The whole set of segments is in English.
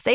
Say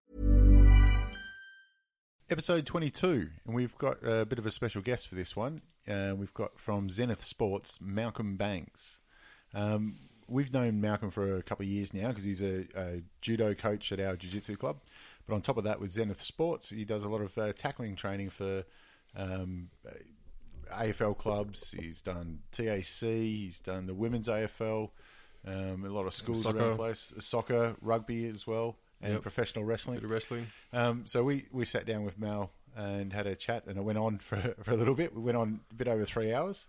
Episode 22, and we've got a bit of a special guest for this one. Uh, we've got from Zenith Sports, Malcolm Banks. Um, we've known Malcolm for a couple of years now because he's a, a judo coach at our jiu-jitsu club. But on top of that, with Zenith Sports, he does a lot of uh, tackling training for um, AFL clubs. He's done TAC. He's done the women's AFL. Um, a lot of schools around the Soccer. place. Soccer, rugby as well, and Yep. professional wrestling. Bit of wrestling. Um, so we, we sat down with Mal and had a chat, and it went on for, for a little bit. We went on a bit over three hours.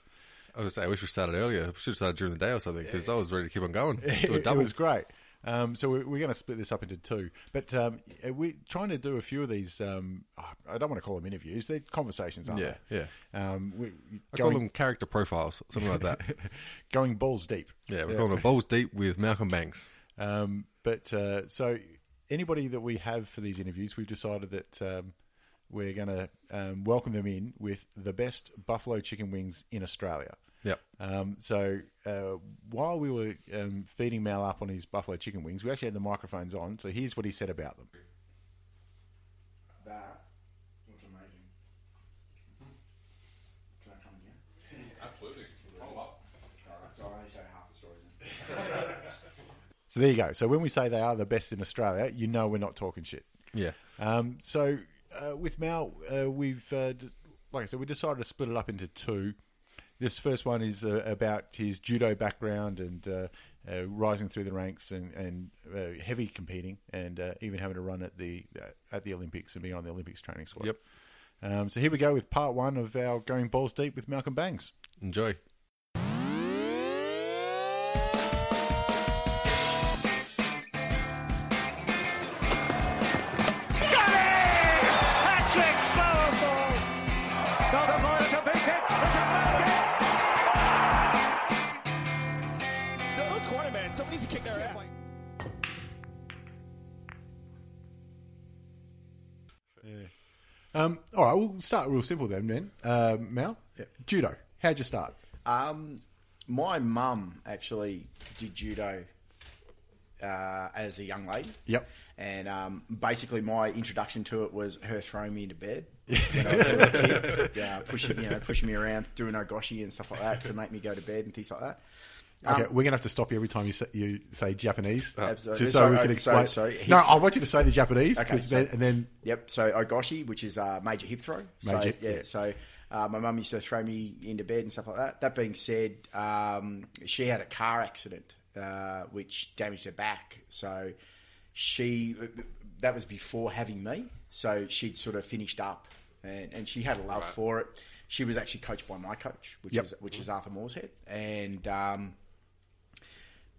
I was gonna say, I wish we started earlier. We should have started during the day or something because I was ready to keep on going. Do a it double. was great. Um, so we're, we're going to split this up into two, but um, we're trying to do a few of these. Um, I don't want to call them interviews; they're conversations, aren't yeah, they? yeah. Um, we, I going, call them character profiles, something like that. going balls deep. Yeah, we're calling it balls deep with Malcolm Banks. Um, but uh, so anybody that we have for these interviews, we've decided that um, we're going to um, welcome them in with the best buffalo chicken wings in Australia. Yep. Um, so uh, while we were um, feeding Mal up on his buffalo chicken wings, we actually had the microphones on. So here's what he said about them. That was amazing. Mm-hmm. Can I come again? Absolutely. Follow up. So I only say half the story then. So there you go. So when we say they are the best in Australia, you know we're not talking shit. Yeah. Um, so uh, with Mal, uh, we've uh, d- like I said, we decided to split it up into two. This first one is uh, about his judo background and uh, uh, rising through the ranks and, and uh, heavy competing and uh, even having a run at the uh, at the Olympics and being on the Olympics training squad. Yep. Um, so here we go with part one of our going balls deep with Malcolm Bangs. Enjoy. Got it! Patrick Sauerbrunn. Not a lawyer to beat it. Look at Malgate. Those corner man, somebody needs to kick their ass. Um, all right, we'll start real simple then. Then uh, Mal, judo. How'd you start? Um, my mum actually did judo uh, as a young lady. Yep. And um, basically, my introduction to it was her throwing me into bed when I was a little kid, uh, pushing you know pushing me around, doing ogoshi and stuff like that to make me go to bed and things like that. Okay, we're gonna have to stop you every time you say, you say Japanese, Absolutely. just so Um, Sorry, we oh, can sorry, explain. sorry. No, I want you to say the Japanese, Okay, 'cause sorry. then, and then Yep. So ogoshi, which is uh, major hip throw. Major, so, yeah. yeah. So uh, my mum used to throw me into bed and stuff like that. That being said, um, she had a car accident uh, which damaged her back. So she that was before having me. So she'd sort of finished up, and, and she had a love for it. She was actually coached by my coach, which Yep. is which is Arthur Moorshead, and. Um,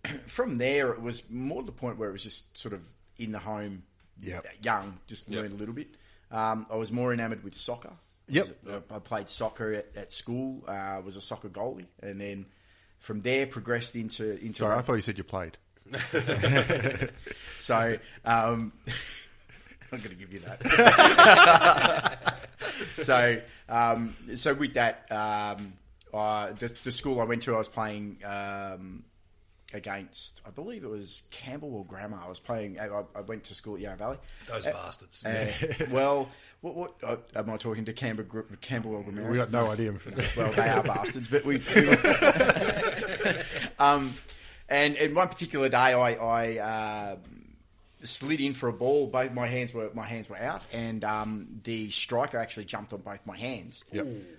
from there, it was more to the point where it was just sort of in the home, Yep. young, just learn a little bit. Um, I was more enamoured with soccer. Yep. I played soccer at, at school, uh, was a soccer goalie, and then from there progressed into into. sorry, I thought you said you played. So um, I'm going to give you that. so um, so with that, um, I, the, the school I went to, I was playing um, against, I believe it was Campbell or Grammar. I was playing. I, I went to school at Yarra Valley. Those bastards. Uh, well, what, what uh, am I talking to Canberra, Gr- Campbell or Grammar? We got no idea. well, they are bastards, but we. we- um, and, and one particular day, I, I um slid in for a ball. Both my hands were my hands were out, and um, the striker actually jumped on both my hands,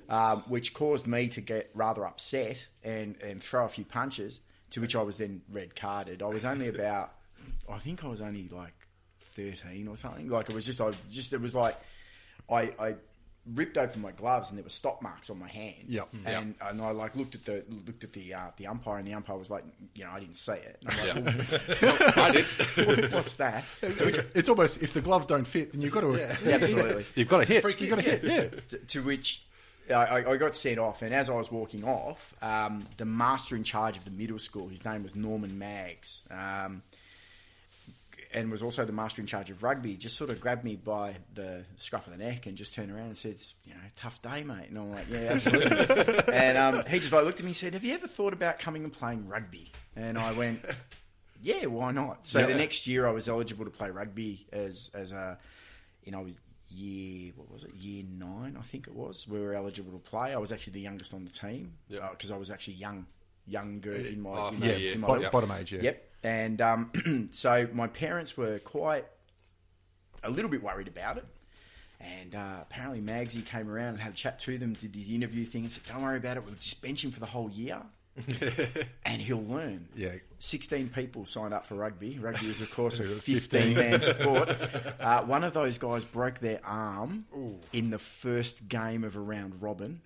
um, which caused me to get rather upset and and throw a few punches. To which I was then red carded. I was only about, I think I was only like thirteen or something. Like it was just I just it was like I. I Ripped open my gloves and there were stop marks on my hand. Yep. And and, and I like looked at the looked at the uh, the umpire, and the umpire was like, you know, I didn't see it. And I'm like, I did. What's that? It's almost if the glove don't fit, then you've got to Absolutely. You've got a hit. You've got to hit. Yeah. to, to which I, I- I got sent off, and as I was walking off, um, the master in charge of the middle school, his name was Norman Maggs, um, and was also the master in charge of rugby, just sort of grabbed me by the scruff of the neck and just turned around and said, "You know, tough day, mate." And I'm like, "Yeah, absolutely." and um, he just like looked at me and said, "Have you ever thought about coming and playing rugby?" And I went. Yeah, why not? So the next year I was eligible to play rugby as as a you know year what was it year nine I think it was we were eligible to play. I was actually the youngest on the team because I was actually young younger in my Oh, in yeah, my- yeah. in my Bo- level. bottom age, yeah. Yep, and um, so my parents were quite a little bit worried about it. And uh, apparently Magsy came around and had a chat to them, did his interview thing, and said, "Don't worry about it. We'll just bench him for the whole year, and he'll learn." Yeah. 16 people signed up for rugby. Rugby is, of course, a 15 man sport. Uh, one of those guys broke their arm in the first game of a round robin.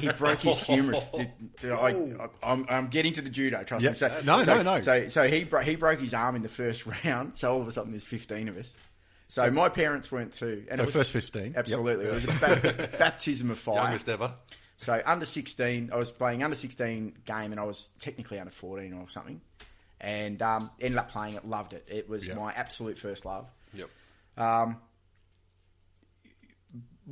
he broke his humerus. The- the- I, am I'm getting to the judo, trust Yeah. me. So, Uh, no, so, no, no. So, so he, bro- he broke his arm in the first round. So all of a sudden, there's 15 of us. So, my parents went to. And So it was- first 15, yep. Absolutely. It was a ba- baptism of fire. Youngest ever. So under 16, I was playing under 16 game and I was technically under 14 or something. And um, ended up playing it, loved it. It was Yeah. my absolute first love. Yep.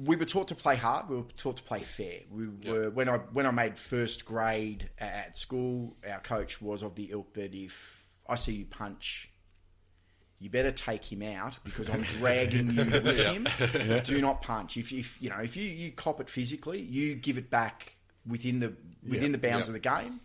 We were taught to play hard. We were taught to play fair. We were when I when I made first grade a- at school. Our coach was of the ilk that if I see you punch, you better take him out because I'm dragging you with him. Do not punch. If, if you know if you, you cop it physically, you give it back within the within the bounds yeah. of the game.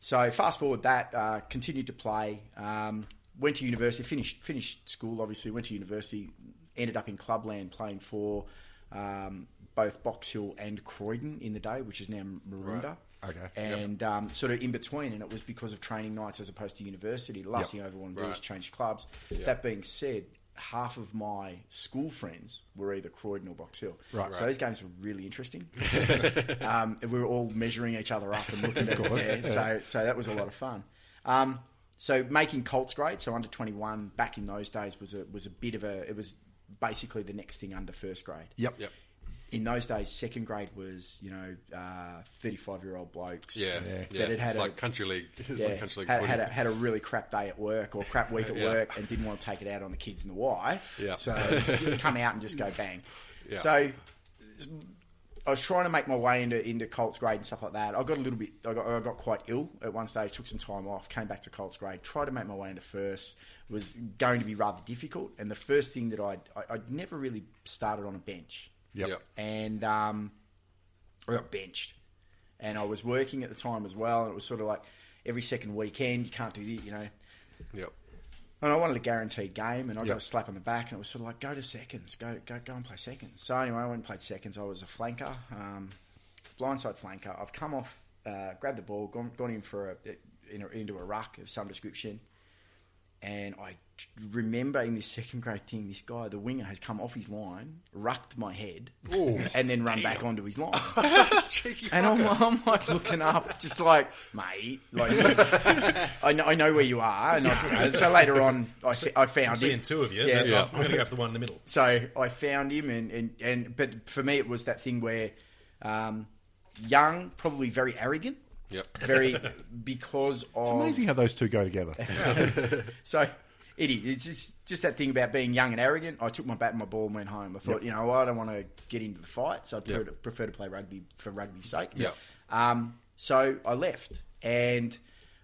So fast forward that uh, continued to play. Um, went to university, finished finished school. Obviously went to university. Ended up in Clubland playing for um, both Box Hill and Croydon in the day, which is now Maroondah. Right. Okay. And um, sort of in between, and it was because of training nights as opposed to university. The Yep. last thing I ever wanted to do was Right. change clubs. That being said, half of my school friends were either Croydon or Box Hill. Right. So those games were really interesting. um, we were all measuring each other up and looking at yeah, so so that was a lot of fun. Um, so making Colts grade, so under twenty one back in those days was a was a bit of a it was basically the next thing under first grade. Yep. Yep. In those days, second grade was you know thirty five year old blokes. Yeah. Yeah. That had had it's a, like country league. It's like yeah, country league. had, footy. had, a, had a really crap day at work or crap week at Yeah. work and didn't want to take it out on the kids and the wife. Yeah. So just come out and just go bang. Yeah. So I was trying to make my way into into Colts grade and stuff like that. I got a little bit, I got, I got quite ill at one stage, took some time off, came back to Colts grade, tried to make my way into first, was going to be rather difficult. And the first thing that I'd, I, I'd never really started on a bench Yep. Yep. and um, I got benched. And I was working at the time as well, and it was sort of like every second weekend you can't do this, you know. Yep. And I wanted a guaranteed game, and I Yep. got a slap on the back, and it was sort of like go to seconds, go go go and play seconds. So anyway, I went and played seconds. I was a flanker, um, blindside flanker. I've come off, uh, grabbed the ball, gone, gone in for a, in a into a ruck of some description, and I remember in this second grade thing, this guy, the winger, has come off his line, rucked my head, and then run back onto his line. and I'm, I'm like looking up, just like, mate, like, I, know, I know where you are. And, I, and so later on, I, f- I found Seeing him. two of you, Yeah. but Yeah. I'm going to go for the one in the middle. So I found him, and, and, and but for me, it was that thing where um, young, probably very arrogant. Yep. Very because of It's amazing how those two go together. So it is. It's just, just that thing about being young and arrogant. I took my bat and my ball and went home. I thought, you know, I don't want to get into the fight, so I'd prefer, Yep. to, prefer to play rugby for rugby's sake. Yep. Um, so I left and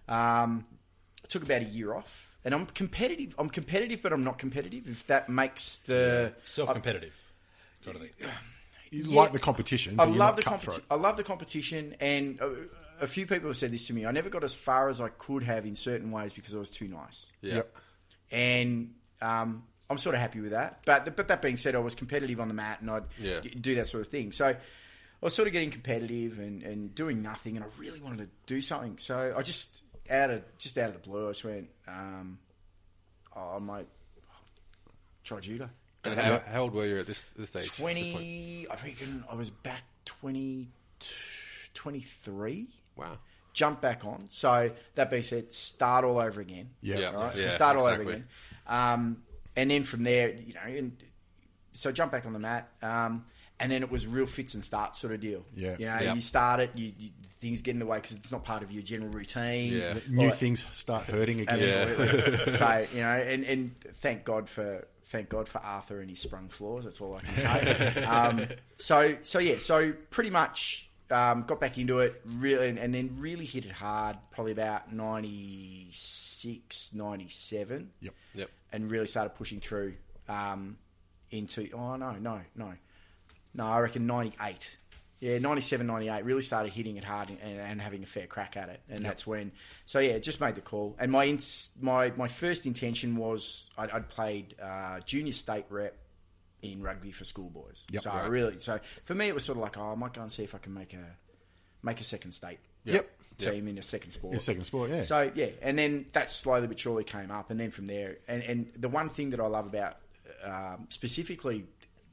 um, I took about a year off. And I'm competitive. I'm competitive, but I'm not competitive. If that makes the Self-competitive. Got it. You Yeah. like the competition. I but you're love not the cutthroat. competition. I love the competition, and a, a few people have said this to me. I never got as far as I could have in certain ways because I was too nice. Yeah. Yep. and Um, I'm sort of happy with that. But but that being said, I was competitive on the mat and I'd Yeah. do that sort of thing. So I was sort of getting competitive and, and doing nothing, and I really wanted to do something. So I just out of just out of the blue, I just went, um, oh, I might try judo. And how, how old were you at this, this stage? This point? 20, I reckon I was back 20, 23. Wow. Jump back on. So that being said, start all over again. Yeah. Right? Yeah, so start all over exactly. again. Um, and then from there, you know, and so jump back on the mat. Um, and then it was real fits and starts sort of deal. Yeah. You know, Yeah. you start it, you, you, things get in the way because it's not part of your general routine. Yeah. Uh, New Like- things start hurting again. Absolutely. so you know, and, and thank God for thank God for Arthur and his sprung floors. That's all I can say. um, so so yeah, so pretty much um, got back into it really, and, and then really hit it hard. Probably about 96, 97 Yep. Yep. and really started pushing through um, into oh no no no no I reckon 98 yeah 97 98 really started hitting it hard and, and having a fair crack at it and that's when so yeah just made the call and my ins- my my first intention was I'd, I'd played uh, junior state rep in rugby for schoolboys so I Right. really so for me it was sort of like oh I might go and see if I can make a make a second state Yep. team in a second sport Your second sport, yeah. so yeah, and then that slowly but surely came up, and then from there, and, and the one thing that I love about um, specifically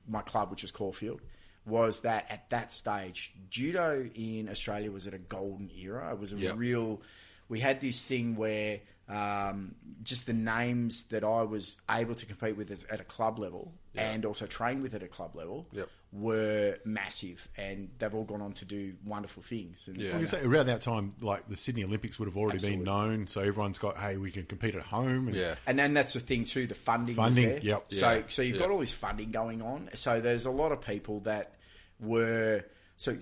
my club, which is Caulfield, was that at that stage, judo in Australia was at a golden era. It was a Yeah. real. We had this thing where um, just the names that I was able to compete with as, at a club level and also train with at a club level Yep. were massive, and they've all gone on to do wonderful things. And, Yeah. I can say around that time, like the Sydney Olympics would have already Absolutely. been known, so everyone's got, hey, we can compete at home. And Yeah. And then that's the thing too, the funding. was Funding, there. yep. So Yeah, so you've yeah. got all this funding going on. So there's a lot of people that were so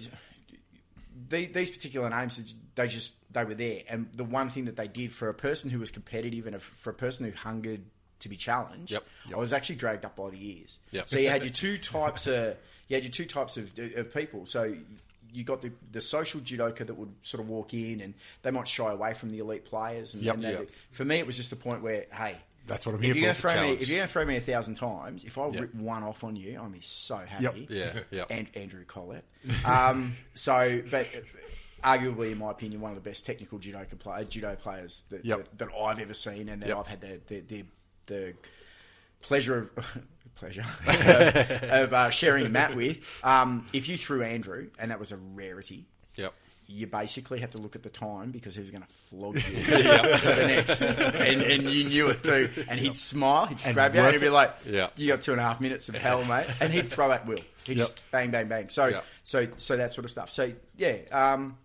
the, these particular names they just they were there. And the one thing that they did for a person who was competitive and a, for a person who hungered to be challenged, Yep. I was actually dragged up by the ears. Yep. So you had your two types of you had your two types of, of people. So you got the, the social judoka that would sort of walk in and they might shy away from the elite players and, Yep. and they- Yep. for me, it was just the point where, hey, That's what I'm if here you're gonna for. throw me, Challenge. if you're going to throw me a thousand times, if I Yep. rip one off on you, I'm so happy. Yeah, yeah. And Andrew Collett. Um, so, but arguably, in my opinion, one of the best technical judoka play, judo players that, Yep. that, that I've ever seen, and that Yep. I've had the the, the, the pleasure of. Pleasure of, of uh, sharing the mat with. Um, if you threw Andrew, and that was a rarity, Yep. you basically had to look at the time because he was going to flog you for the next, and, and you knew it too. And he'd smile, he'd just And grab you, and worth he'd be it. like, Yeah. "You got two and a half minutes of hell, mate," and he'd throw at will. He'd just bang, bang, bang. So, Yeah. so, so that sort of stuff. So, yeah, um,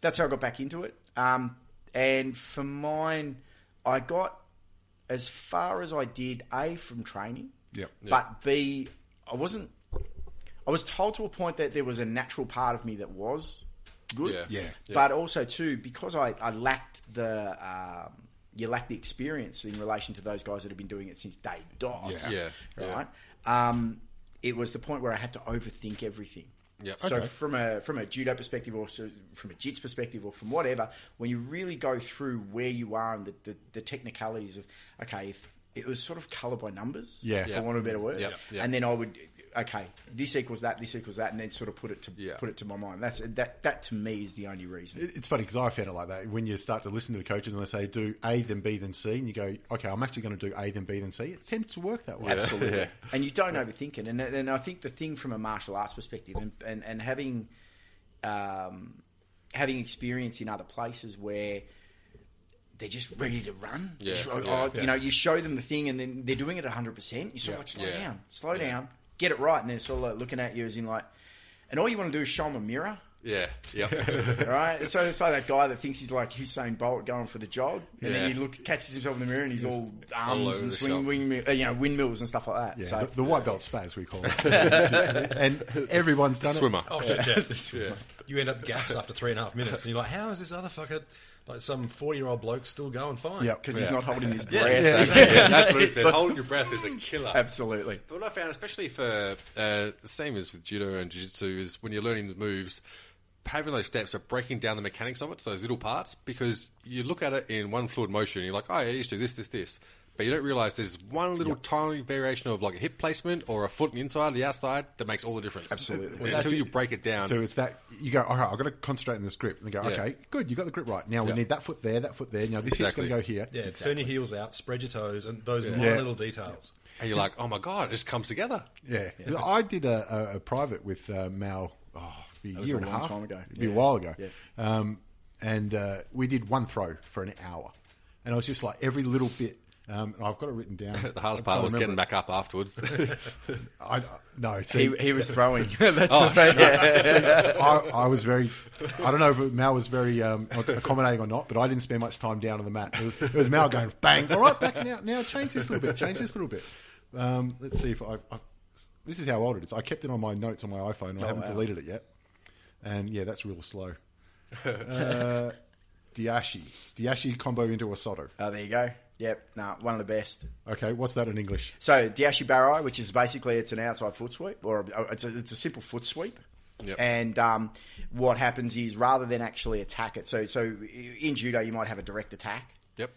that's how I got back into it. Um, and for mine, I got as far as I did a from training, Yep. but b I wasn't. I was told to a point that there was a natural part of me that was good. Yeah. Yeah. Yeah. But also too, because I, I lacked the um, you lack the experience in relation to those guys that have been doing it since day dot. Yeah. Yeah. Yeah. Right. Um, it was the point where I had to overthink everything. Yep. So Okay. from a from a judo perspective, or so from a jits perspective, or from whatever, when you really go through where you are and the, the, the technicalities of okay, if it was sort of color by numbers, Yeah. for Yeah. want of a better word, Yep. Yep. and then I would okay, this equals that, this equals that, and then sort of put it to Yeah. put it to my mind. That's that that to me is the only reason. It- It's funny because I found it like that. When you start to listen to the coaches and they say do A then B then C, and you go, okay, I'm actually going to do A then B then C. It tends to work that way. Absolutely. And you don't overthink it. And, and I think the thing from a martial arts perspective and, and, and having um, having experience in other places where they're just ready to run. Yeah, Just, oh, yeah, oh, yeah. You know, you show them the thing and then they're doing it 100%. You sort of like, slow Yeah. down, slow Yeah. down, get it right. And they're sort of like looking at you as in like, and all you want to do is show them a mirror. Yeah. Yep. All right, so it's like that guy that thinks he's like Usain Bolt going for the jog, and then Yeah. he look, catches himself in the mirror and he's all all arms over and the swinging shop. windmill, uh, you know, windmills and stuff like that. Yeah, so the, the white belt spaz we call it, and everyone's done Swimmer. it. Oh, shit, yeah. You end up gassed after three and a half minutes, and you're like, how is this other fucker, like some 40 year old bloke, still going fine? Yep. because Yeah. he's not holding his Yeah, breath. yeah, that's what it's been. Holding your breath is a killer. Absolutely. But what I found, especially for uh, same as with judo and jiu-jitsu, is when you're learning the moves, having those steps, but breaking down the mechanics of it, those little parts, because you look at it in one fluid motion, and you're like, oh, yeah, I used to do this, this, this. But you don't realise there's one little tiny variation of like a hip placement or a foot on the inside, or the outside that makes all the difference. Absolutely. And until you break it down. So it's that you go. All right, I've got to concentrate on this grip, and they go, Yeah. okay, good, you got the grip right. Now we Yeah. need that foot there, that foot there. Now this Exactly. is going to go here. Yeah, turn your heels out, spread your toes, and those minor Yeah. little details. and you're like, oh my God, it just comes together. Yeah. I did a, a, a private with uh, Mal oh, it'd be a was year a and a long half. time ago. It'd be a Yeah. while ago. Yeah. Um, and uh, we did one throw for an hour. And I was just like, every little bit. Um, I've got it written down. The hardest part was getting back up afterwards. I, I- no, see, He, he was throwing. That's Oh, the thing. I, I was very. I don't know if Mal was very um, accommodating or not, but I didn't spend much time down on the mat. It was, it was Mal going bang. All right, backing out now. Change this a little bit. Change this a little bit. Um, let's see if I, I. This is how old it is. I kept it on my notes on my iPhone. I haven't deleted it yet. And yeah, that's real slow. Uh, Diashi, Diashi combo into a Soto. Oh, there you go. Yep, nah, one of the best. Okay, what's that in English? So Diashi Barai, which is basically it's an outside foot sweep, or a- it's a, it's a simple foot sweep. Yep. And um, what happens is rather than actually attack it, so so in judo you might have a direct attack, yep.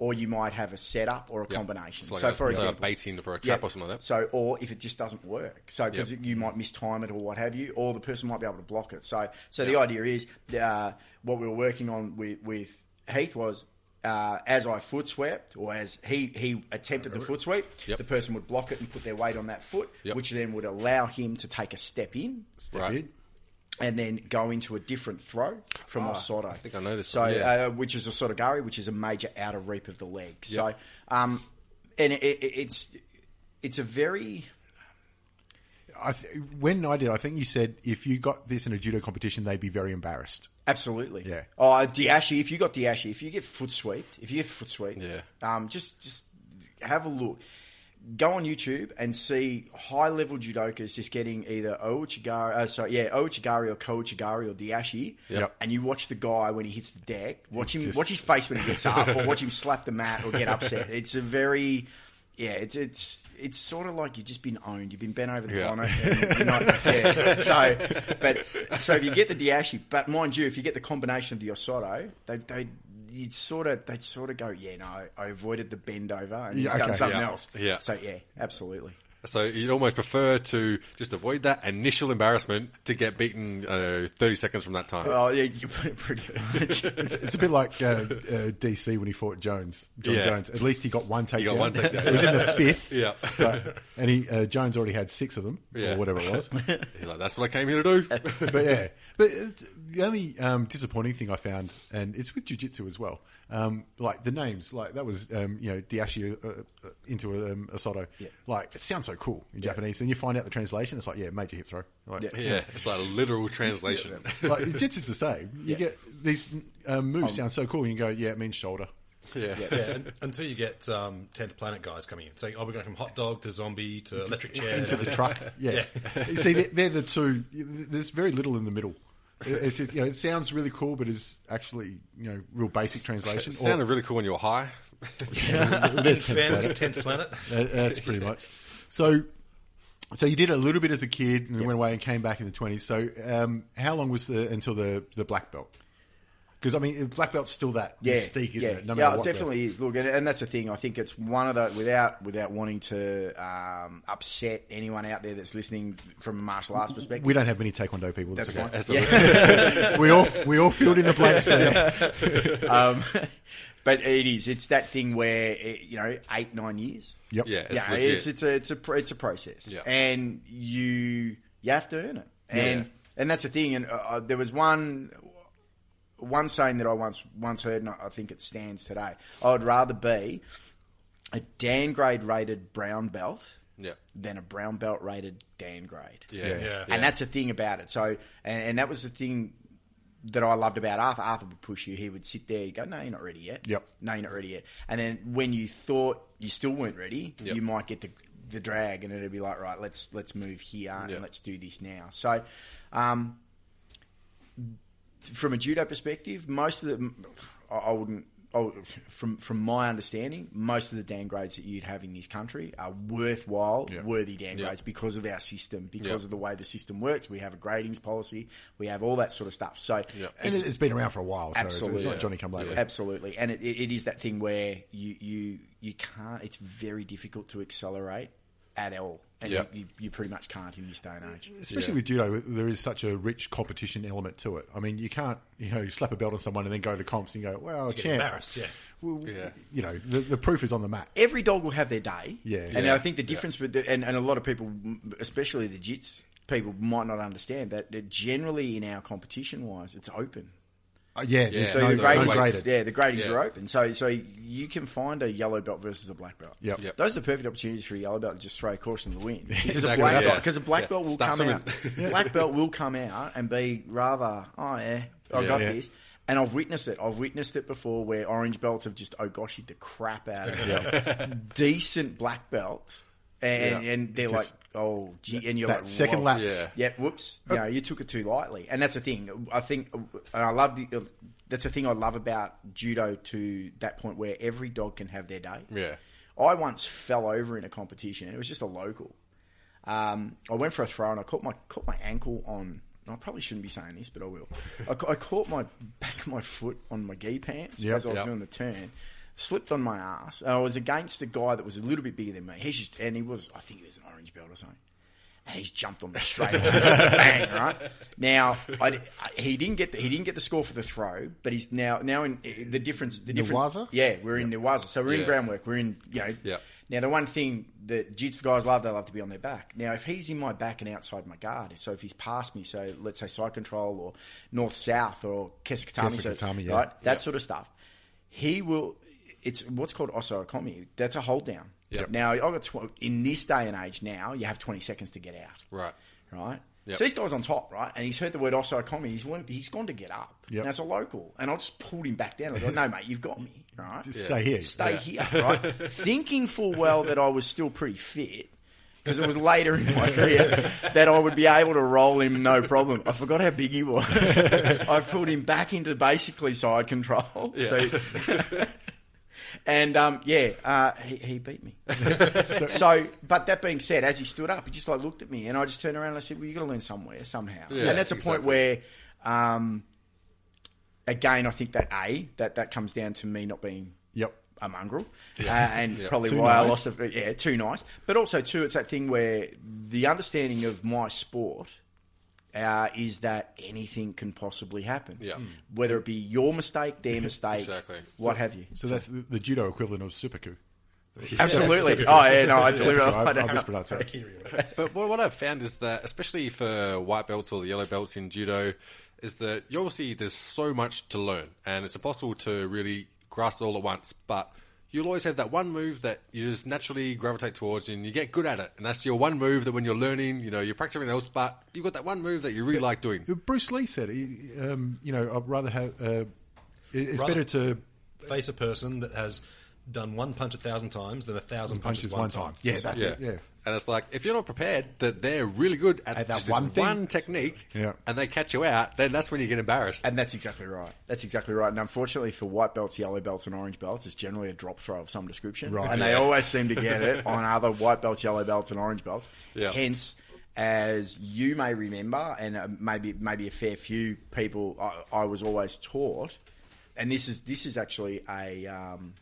or you might have a setup or a combination. It's like so a, for it's like example, a baiting for a trap yeah, or something like that. So or if it just doesn't work, so because Yep. you might mistime it or what have you, or the person might be able to block it. So so the idea is uh, what we were working on with with Heath was. Uh, as I foot swept, or as he, he attempted the foot sweep, Yep. the person would block it and put their weight on that foot, Yep. which then would allow him to take a step in right. Did? and then go into a different throw from Osoto. I think Ah, I know this So, one, yeah. uh, which is a Sotogari, which is a major outer reap of the leg. So, um, and it, it, it's it's a very I th- when I did, I think you said if you got this in a judo competition, they'd be very embarrassed. absolutely Yeah. Oh, Diashi, if you got Diashi, if you get foot swept, if you get foot swept, Yeah. um, just just have a look. Go on YouTube and see high level judokas just getting either Ouchigari, uh, sorry, yeah, Ouchigari or Kouchigari or Diashi. Yep. And you watch the guy when he hits the deck. Watch him, Just- watch his face when he gets up, or watch him slap the mat or get upset. It's a very, yeah, it's it's it's sort of like you've just been owned. You've been bent over the Yeah. corner. and you're not- yeah. So, but so if you get the Diashi, but mind you, if you get the combination of the Osoto, they they. You'd sort of, they'd sort of go, yeah, no, I avoided the bend over and he's Yeah, done okay. something Yeah. else. Yeah. So, yeah, absolutely. So you'd almost prefer to just avoid that initial embarrassment to get beaten uh, 30 seconds from that time. Oh, yeah, you put it pretty much. It's a bit like uh, uh, DC when he fought Jones, John Yeah. Jones. At least he got one takedown. got one takedown, it was in the fifth. Yeah. but, and he uh, Jones already had six of them, Yeah. or whatever it was. You're like, that's what I came here to do. but yeah, but it's- the only um, disappointing thing I found, and it's with jujitsu as well. Um, like the names, like that was um, you know Diashi uh, uh, into um, Asato. Yeah. Like it sounds so cool in Japanese. Then you find out the translation. It's like yeah, major hip throw. Like, yeah, it's like a literal translation. like jujitsu's the same. You get these um, moves sound so cool. You can go yeah, it means shoulder. Yeah. Yeah, and, until you get um, 10th Planet guys coming in, saying, oh, we're going from hot dog to zombie to electric chair. into the truck. Yeah. you see, they're, they're the two. There's very little in the middle. It's, it, you know, it sounds really cool, but it's actually you know real basic translation. It sounded really cool when you were high. there's In fairness, 10th Planet. That- that's pretty much. So, so you did a little bit as a kid, and then went away and came back in the twenties. So, um, how long was the until the the black belt? Because I mean, black belt's still that mystique, isn't it? No matter yeah, what it definitely is. Look, and, and that's the thing. I think it's one of the without without wanting to um, upset anyone out there that's listening from a martial arts belt. perspective. We don't have many taekwondo people. that's That's, fine. okay. That's Yeah. we all we all filled in the blanks there. um, but it is. It's that thing where it, you know eight nine years. Yep. Yeah, it's yeah, legit. it's it's a it's a pr- it's a process, Yeah. and you you have to earn it, and and that's the thing. And uh, uh, there was one one saying that I once once heard, and I I think it stands today. I would rather be a Dan grade rated brown belt Yeah. than a brown belt rated Dan grade. Yeah. Yeah. Yeah. Yeah. And that's the thing about it. So, and, and that was the thing that I loved about Arthur. Arthur would push you. He would sit there. You go, no, you're not ready yet. Yep. No, you're not ready yet. And then when you thought you still weren't ready, Yep. you might get the the drag, and it'd be like, right, let's let's move here Yeah. and let's do this now. So, um, from a judo perspective, most of the I I wouldn't oh, from from my understanding, most of the downgrades that you'd have in this country are worthwhile, Yeah. worthy downgrades Yeah. because of our system, because Yeah. of the way the system works. We have a gradings policy, we have all that sort of stuff. So Yeah. And it's, it's been around for a while. So it's- It's, Absolutely. not Johnny come lately. Absolutely, and it, it is that thing where you you you can't. It's very difficult to accelerate at all, and Yeah. you, you, you pretty much can't in this day and age. Especially with judo, there is such a rich competition element to it. I mean, you can't you know slap a belt on someone and then go to comps and go, "Well, get champ, embarrassed, yeah. well, w- Yeah. You know, the, the proof is on the mat. every dog will have their day. Yeah. And Yeah. I think the difference with the, and, and a lot of people, especially the jits people, might not understand that that generally in our competition wise, it's open. Uh, yeah, there's So no, the no gradings, graded. yeah, the gradings Yeah. are open. So so you can find a yellow belt versus a black belt. Yep. Yep. Those are the perfect opportunities for a yellow belt to just throw a caution to the wind. Because Exactly, a black yeah. belt, because a black Yeah. belt will Stuff come something. out. black belt will come out and be rather, oh yeah, I got Yeah. this. And I've witnessed it. I've witnessed it before where orange belts have just oh goshied the crap out of decent black belts. And, Yeah. and they're Just- like, oh, gee, and you're That like, second whoa. lapse. Yeah. Yeah, whoops. Oh. No, you took it too lightly, and that's the thing. I think, and I love the. That's the thing I love about judo to that point where every dog can have their day. Yeah. I once fell over in a competition. It was just a local. Um, I went for a throw and I caught my caught my ankle on. I probably shouldn't be saying this, but I will. I, ca- I caught my back of my foot on my gi pants Yep, as I was yep. doing the turn. Slipped on my ass. And I was against a guy that was a little bit bigger than me. He's just, and he was, I think he was an orange belt or something. And he's jumped on me straight, bang! Right now, I, di- I- he didn't get the, he didn't get the score for the throw, but he's now now in eh, the difference. The difference, Nwaza? yeah, we're in Nwaza, so we're Yeah. in groundwork. We're in you know. Yeah. Now the one thing that jits guys love, they love to be on their back. Now if he's in my back and outside my guard, so if he's past me, so let's say side control or north south or Keskatami, so, Kesikatami, yeah. right, that sort of stuff, he will. It's what's called osokomi. That's a hold down. Yep. Now I got tw- in this day and age. Now you have twenty seconds to get out Right. right? Yep. So this guy's on top, right? And he's heard the word osokomi. He's went, he's gone to get up. Yep. Now it's a local, and I just pulled him back down. I go, no, mate, you've got me, right? Just stay here. Stay here, right? Thinking full well that I was still pretty fit. Because it was later in my career that I would be able to roll him no problem. I forgot how big he was. I pulled him back into basically side control. So, and um, yeah, uh, he, he beat me. So, but that being said, as he stood up, he just like looked at me, and I just turned around and I said, "Well, you got to learn somewhere, somehow." Yeah, and that's a point exactly. where, um, again, I think that a that that comes down to me not being Yep. a mongrel, uh, and Yeah. probably Too why I nice. lost it. Yeah, too nice. But also too, it's that thing where the understanding of my sport. Uh, is that anything can possibly happen? Yeah. Mm. Whether it be your mistake, their mistake, Exactly. what have you? So that's the, the judo equivalent of superku. Absolutely. Oh yeah, no, I Superku, deliberately. I, I don't I know. mispronounced that. But what, what I've found is that, especially for white belts or the yellow belts in judo, is that you obviously there's so much to learn, and it's impossible to really grasp it all at once. But you'll always have that one move that you just naturally gravitate towards, and you get good at it. And that's your one move that when you're learning, you know, you're practicing everything else, but you've got that one move that you really like doing. Uh, Bruce Lee said, he, um, "You know, I'd rather have. Uh, it- it's Rather- better to Face a person that has done one punch a thousand times than a thousand punches, punches one time. Yeah, that's Yeah. it. Yeah, And it's like if you're not prepared that they're really good at, At that just one one, thing. technique, Yeah. and they catch you out, then that's when you get embarrassed. And that's exactly right. That's exactly right. And unfortunately for white belts, yellow belts, and orange belts, it's generally a drop throw of some description. Right. And they always seem to get it on other white belts, yellow belts, and orange belts. Yeah. Hence, as you may remember, and uh, maybe maybe a fair few people, I, I was always taught, and this is this is actually a. Um,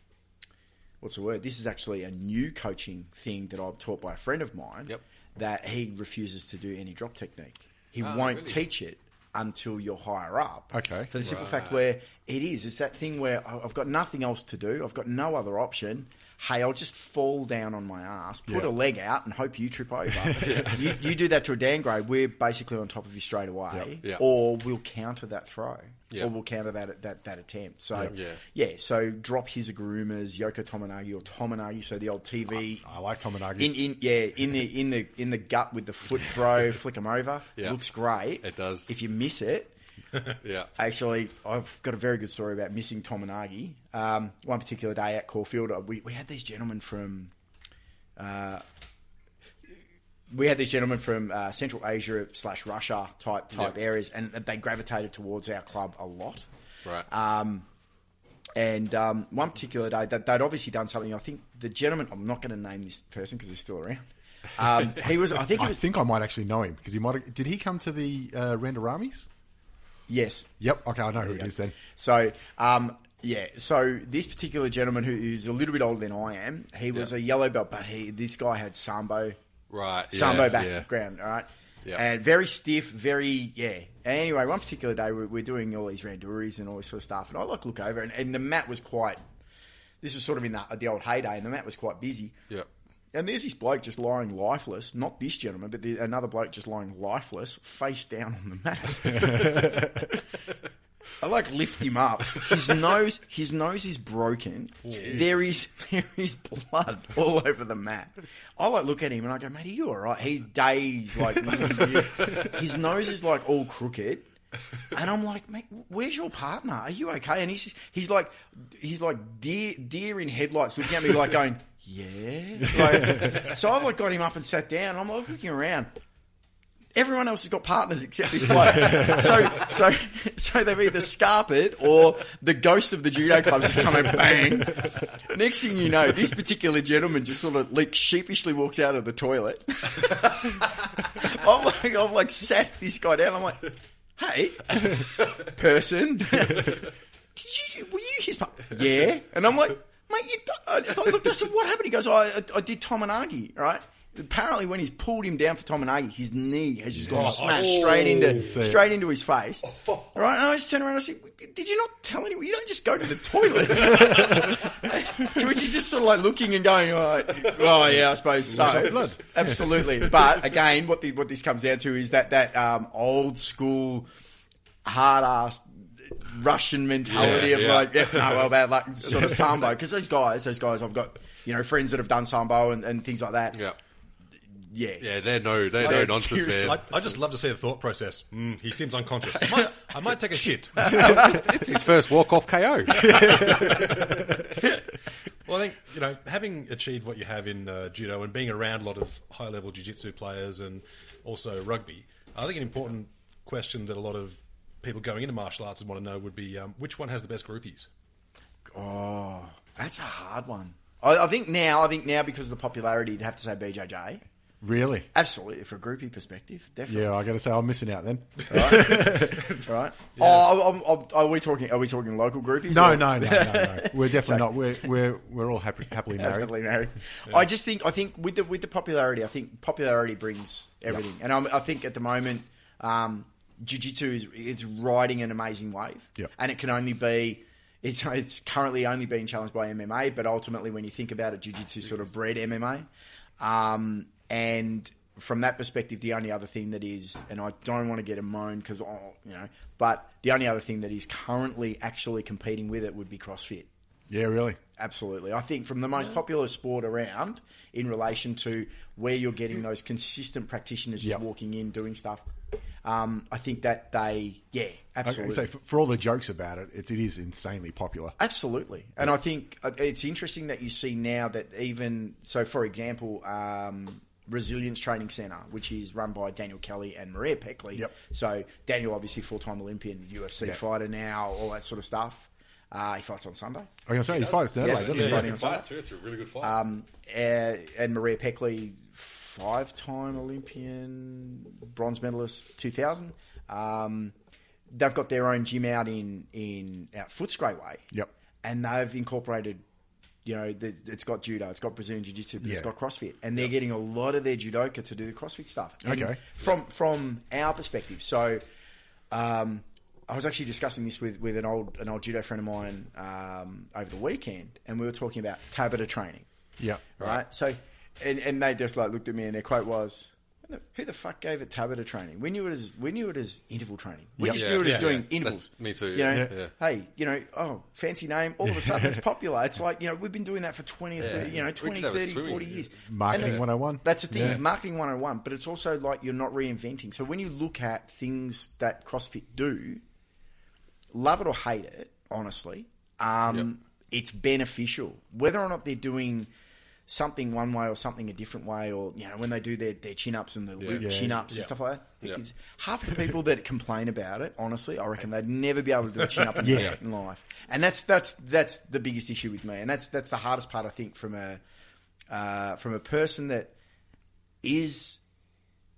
what's the word? This is actually a new coaching thing that I'm taught by a friend of mine. Yep. That he refuses to do any drop technique. He Ah, won't really? teach it until you're higher up. Okay. For the simple fact where it is, it's that thing where I- I've got nothing else to do. I've got no other option. Hey, I'll just fall down on my ass, put Yeah. a leg out, and hope you trip over. you, you do that to a downgrade, we're basically on top of you straight away, Yeah. Yeah. or we'll counter that throw, Yeah. or we'll counter that that, that attempt. So Yeah. yeah, so drop his Agurumas, Yoko Tomonagi or Tomonagi, so the old TV. I like Tomonagis. In, in yeah, in the in the in the gut with the foot throw, flick him over. Yeah. Looks great. It does. If you miss it, yeah, actually, I've got a very good story about missing Tomonagi. Um, one particular day at Caulfield, uh, we, we had these gentlemen from. Uh, we had these gentlemen from uh, Central Asia slash Russia type type Yeah. areas, and they gravitated towards our club a lot. right. Um, And um, one particular day, that they'd obviously done something. I think the gentleman, I'm not going to name this person because he's still around. Um, he was, I think it I was, think I might actually know him because he might. Have, did he come to the uh, Randaramis? yes, Yep. Okay, I know who it is then. So, um, yeah. So this particular gentleman who, who's a little bit older than I am, he was Yeah. a yellow belt, but he this guy had sambo, Right. Yeah, sambo yeah. background. All right. Yeah. And very stiff, very yeah. Anyway, one particular day we're, we're doing all these randories and all this sort of stuff, and I like look over, and, and the mat was quite. This was sort of in the, the old heyday, and the mat was quite busy. Yeah. And there's this bloke just lying lifeless, not this gentleman, but the, another bloke just lying lifeless, face down on the mat. I like lift him up. His nose, his nose is broken. There is there is blood all over the mat. I like look at him and I go, mate, are you all right? He's dazed, like his nose is like all crooked. And I'm like, mate, where's your partner? Are you okay? And he's he's like he's like deer deer in headlights looking at me like going, yeah. Like, so I've like got him up and sat down. I'm like looking around. Everyone else has got partners except this bloke. so so so they've either scarpered or the ghost of the judo club's just come and bang. Next thing you know, this particular gentleman just sort of like sheepishly walks out of the toilet. I'm like, I've like sat this guy down. I'm like, hey, person, did you were you his? pa-" Yeah, and I'm like, mate, you. don't- I just like, looked. I said, what happened? He goes, oh, I, I did Tominagi, right? Apparently, when he's pulled him down for Tominagi, his knee has just gone smashed straight into See Oh, it. Oh. straight into his face. All right, and I just turn around and I said, did you not tell anyone? You don't just go to the toilet. to which he's just sort of like looking and going, oh, oh yeah, I suppose so. blood. Absolutely. But again, what the, what this comes down to is that that um, old school hard ass Russian mentality Yeah, of yeah. like, yeah, no, well, bad luck, sort of sambo. Because those guys, those guys, I've got you know friends that have done sambo and, and things like that. Yeah. yeah, Yeah, they're no, they're Yeah, no nonsense, seriously, man. I, I just love to see the thought process. Mm, he seems unconscious. I might, I might take a shit. it's his first walk-off KO. Well, I think you know, having achieved what you have in uh, judo and being around a lot of high-level jiu-jitsu players and also rugby, I think an important question that a lot of people going into martial arts want to know would be um, which one has the best groupies. Oh, that's a hard one. I, I think now, I think now because of the popularity, you'd have to say BJJ. Really? Absolutely, for a groupie perspective, definitely. Yeah, I got to say I'm missing out then. Right? Oh, I'm, I'm, are we talking? Are we talking local groupies? No, or- no, no, no, no. We're definitely not. We're we're we're all happy, happily married. Definitely married. I just think I think with the with the popularity, I think popularity brings everything, and I'm, I think at the moment, um, jujitsu is it's riding an amazing wave, Yep. and it can only be. It's, it's currently only being challenged by MMA, but ultimately, when you think about it, jiu-jitsu sort of bred MMA. Um, and from that perspective, the only other thing that is, and I don't want to get a moan because, oh, you know, but the only other thing that is currently actually competing with it would be CrossFit. Yeah, really. Absolutely. I think from the most popular sport around in relation to where you're getting those consistent practitioners Yep. just walking in, doing stuff, um, I think that they, yeah, Okay, absolutely. so for, for all the jokes about it, it, it is insanely popular. Absolutely. And I think uh, it's interesting that you see now that even, so for example, um, Resilience Training Centre, which is run by Daniel Kelly and Maria Peckley. Yep. So Daniel, obviously full time Olympian, UFC Yeah. fighter now, all that sort of stuff. Uh, he fights on Sunday. I can say he fights in Yeah, Adelaide, yeah, doesn't he? yeah. fighting it's a good fight. fight, too. It's a really good fight. uh, and Maria Peckley, five time Olympian bronze medalist, 2000. Um, they've got their own gym out in, in out Footscray Way. Yep. And they've incorporated, you know, the, it's got judo, it's got Brazilian Jiu Jitsu, but it's Yeah. got CrossFit. And they're getting a lot of their judoka to do the CrossFit stuff. And Okay. From, from our perspective. So, um, I was actually discussing this with, with an old an old judo friend of mine um, over the weekend, and we were talking about Tabata training Yeah. right? So, and, and they just like looked at me, and their quote was, "Who the fuck gave it Tabata training? We knew it as we knew it as interval training. We Yep. just Yeah, knew it as yeah, doing yeah. intervals. That's- me too, You yeah, know, yeah. hey, you know, oh, fancy name. All of a sudden, it's popular. It's like you know, we've been doing that for twenty or thirty, you know, We did 20, that with 30, swimming. 40 years. Marketing And it's- 101. That's the thing, Yeah. marketing one hundred and one. But it's also like you're not reinventing. So when you look at things that CrossFit do, love it or hate it, honestly, um, it's beneficial. Whether or not they're doing something one way or something a different way, or you know when they do their, their chin ups and the loop Yeah. chin ups Yeah. and stuff like that. It Yeah. gives- half the people that complain about it, honestly, I reckon they'd never be able to do a chin up in, Yeah. in life. And that's that's that's the biggest issue with me, and that's that's the hardest part I think from a uh, from a person that is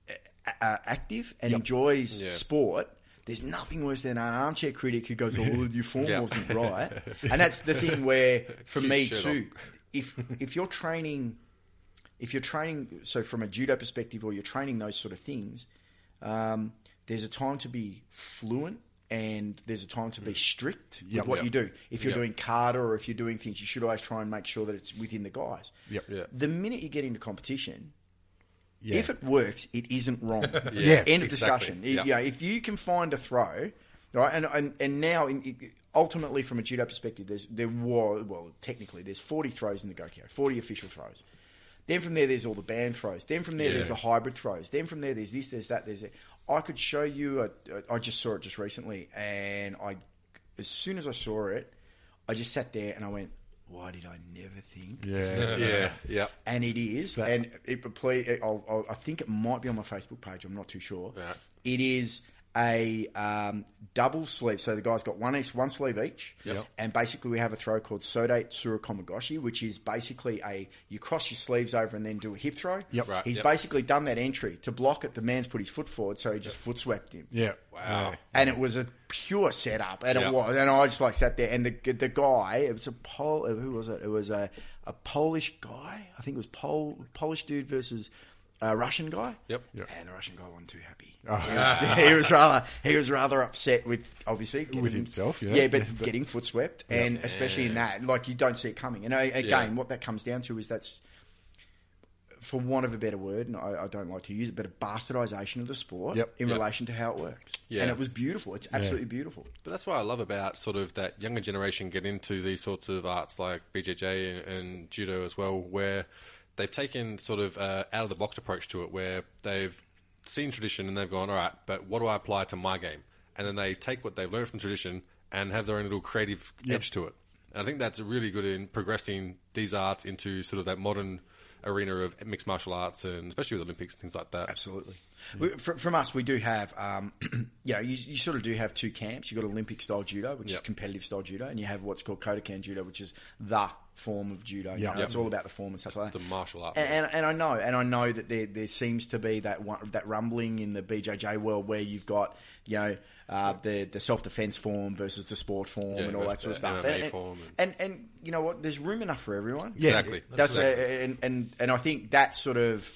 uh, active and enjoys Yeah. sport, there's nothing worse than an armchair critic who goes, "Oh, well, your form Yeah. wasn't right," and that's the thing where, for Keep me shit too, if if you're training, if you're training, so from a judo perspective, or you're training those sort of things, um, there's a time to be fluent. And there's a time to be strict with what Mm. Yep. you do. If you're Yep. doing kata or if you're doing things, you should always try and make sure that it's within the guys. Yep. Yeah. The minute you get into competition, Yeah. if it works, it isn't wrong. Yeah. End Exactly. of discussion. You- Yeah. you know, if you can find a throw, right, and and, and now in, ultimately from a judo perspective, there's there were well technically there's 40 throws in the Gokyo, 40 official throws. Then from there, there's all the band throws. Then from there, Yeah. there's the hybrid throws. Then from there, there's this, there's that, there's that. I could show you. A, I just saw it just recently, and I, as soon as I saw it, I just sat there and I went, "Why did I never think?" Yeah. yeah, yeah. and it is, and it play. I'll, I'll, I think it might be on my Facebook page. I'm not too sure. Yeah. It is a um, double sleeve. So the guy's got one each, one sleeve each, Yep. and basically we have a throw called Sodate Surakamogoshi, which is basically a you cross your sleeves over and then do a hip throw. Yep. Right, He's yep. basically done that entry to block it. The man's put his foot forward, so he just foot swept him Yeah. Wow. and it was a pure setup, and Yeah. it was, and I just like sat there, and the the guy, it was a pol, who was it? It was a, a Polish guy, I think it was Pol Polish dude versus a Russian guy. Yep. And the Russian guy wasn't too happy. He, was, he was rather he was rather upset with obviously With himself, yeah. yeah, but, Yeah, but- getting foot swept, and especially in that, like you don't see it coming. And uh, again, Yeah. what that comes down to is that's for want of a better word, and I, I don't like to use it, but a bastardization of the sport Yep. in Yep. relation to how it works. Yeah. And it was beautiful. It's absolutely beautiful. But that's what I love about sort of that younger generation get into these sorts of arts like BJJ and, and judo as well, where they've taken sort of uh, out of the box approach to it, where they've seen tradition and they've gone, all right, but what do I apply to my game? And then they take what they've learned from tradition and have their own little creative edge to it. And I think that's really good in progressing these arts into sort of that modern arena of mixed martial arts and especially with Olympics and things like that. Absolutely. We, fr from us, we do have, um, you know, you, you sort of do have two camps. You've got Olympic style judo, which is Yep. competitive style judo, and you have what's called Kodokan judo, which is the form of judo. You know, Yep. It's all about the form and stuff like the that. martial art. And, and, and I know, and I know that there, there seems to be that one, that rumbling in the BJJ world where you've got, you know, uh, the the self defense form versus the sport form Yeah, and all that versus sort the of stuff. MMA And, and, form and and you know what? There's room enough for everyone. Exactly. That's Absolutely. a, and and and I think that sort of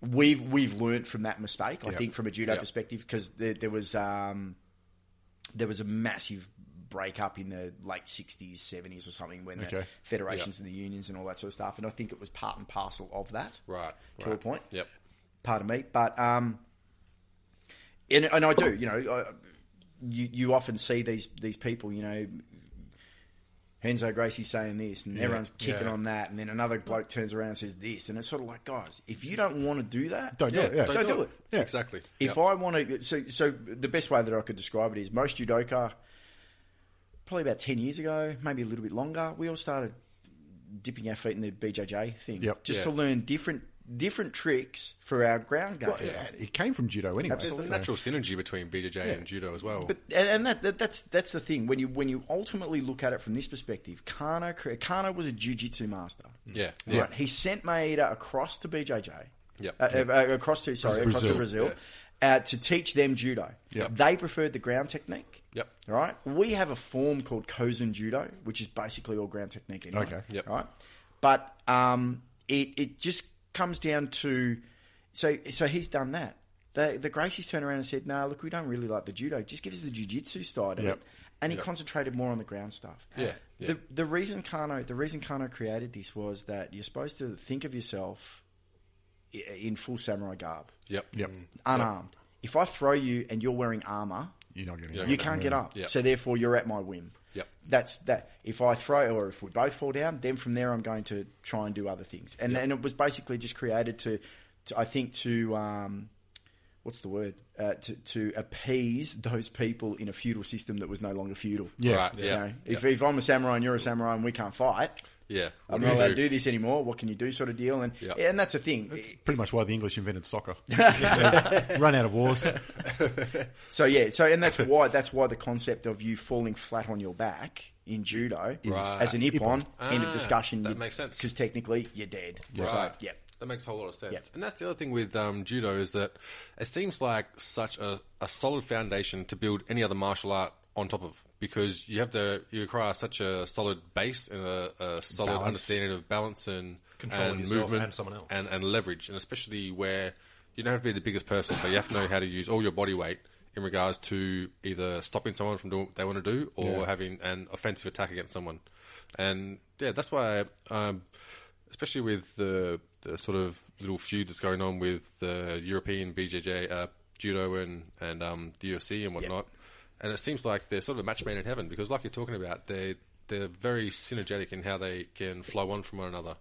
we've we've learnt from that mistake. I think from a judo Yeah. perspective because there, there was um, there was a massive breakup in the late 60s 70s or something when the Okay. federations and the unions and all that sort of stuff and i think it was part and parcel of that Right. to a right. point Yep. pardon me but um and, and i do you know I, you, you often see these these people you know Henzo Gracie's saying this, and everyone's kicking yeah. on that, and then another bloke turns around and says this, and it's sort of like, guys, if you don't want to do that, Don't do it. Yeah. don't, do it. Yeah. Exactly. If I want to, so so the best way that I could describe it is most judoka, probably about ten years ago, maybe a little bit longer, we all started dipping our feet in the BJJ thing, Yep. just Yeah. to learn different different tricks for our ground game. Well, it- It came from judo anyway. There's Absolutely. a natural synergy between BJJ and judo as well. But and, and that, that that's that's the thing when you when you ultimately look at it from this perspective, Kano cre- Kano was a jiu-jitsu master. yeah, yeah, Right, he sent Maeda across to BJJ. Yep. Uh, uh, across to sorry, across to Brazil. Brazil uh, to teach them judo. Yep. They preferred the ground technique. Yep. Right. We have a form called Kozen Judo, which is basically all ground technique anyway. Okay. Yep. Right. But um, it it just comes down to so so he's done that. The the Gracies turned around and said, "No, look, we don't really like the judo. Just give us the jiu-jitsu side of Yep. it." And he concentrated more on the ground stuff. Yeah, yeah. The the reason Kano the reason Kano created this was that you're supposed to think of yourself i- in full samurai garb, yep, Yep. Mm. unarmed. If I throw you and you're wearing armor, You're not getting Yeah. it. you can't get up. Yeah. So therefore, you're at my whim. Yep. That's that. If I throw, or if we both fall down, then from there I'm going to try and do other things. And and it was basically just created to, to I think to um, what's the word uh, to to appease those people in a feudal system that was no longer feudal. Yeah. Right, You yeah, know, if, if I'm a samurai and you're a samurai and we can't fight, Yeah. What I'm not do allowed you to do? do this anymore. What can you do, sort of deal? And Yeah. and that's the thing. Pretty much why the English invented soccer. Run out of wars. So yeah, so and that's why that's why the concept of you falling flat on your back in judo as an ippon, end of Ah, discussion. that makes sense. because technically you're dead. So Right. yeah, That makes a whole lot of sense. Yep. And that's the other thing with um, judo is that it seems like such a, a solid foundation to build any other martial art on top of because you have to you require such a solid base and a, a solid Balance. understanding of balance and Controlling and yourself movement and someone else. and, and leverage and especially where you don't have to be the biggest person but you have to know how to use all your body weight in regards to either stopping someone from doing what they want to do or having an offensive attack against someone and yeah that's why um, especially with the, the sort of little feud that's going on with the European BJJ uh, judo and and um, the UFC and whatnot. And it seems like they're sort of a match made in heaven because, like you're talking about, they they're very synergetic in how they can flow on from one another.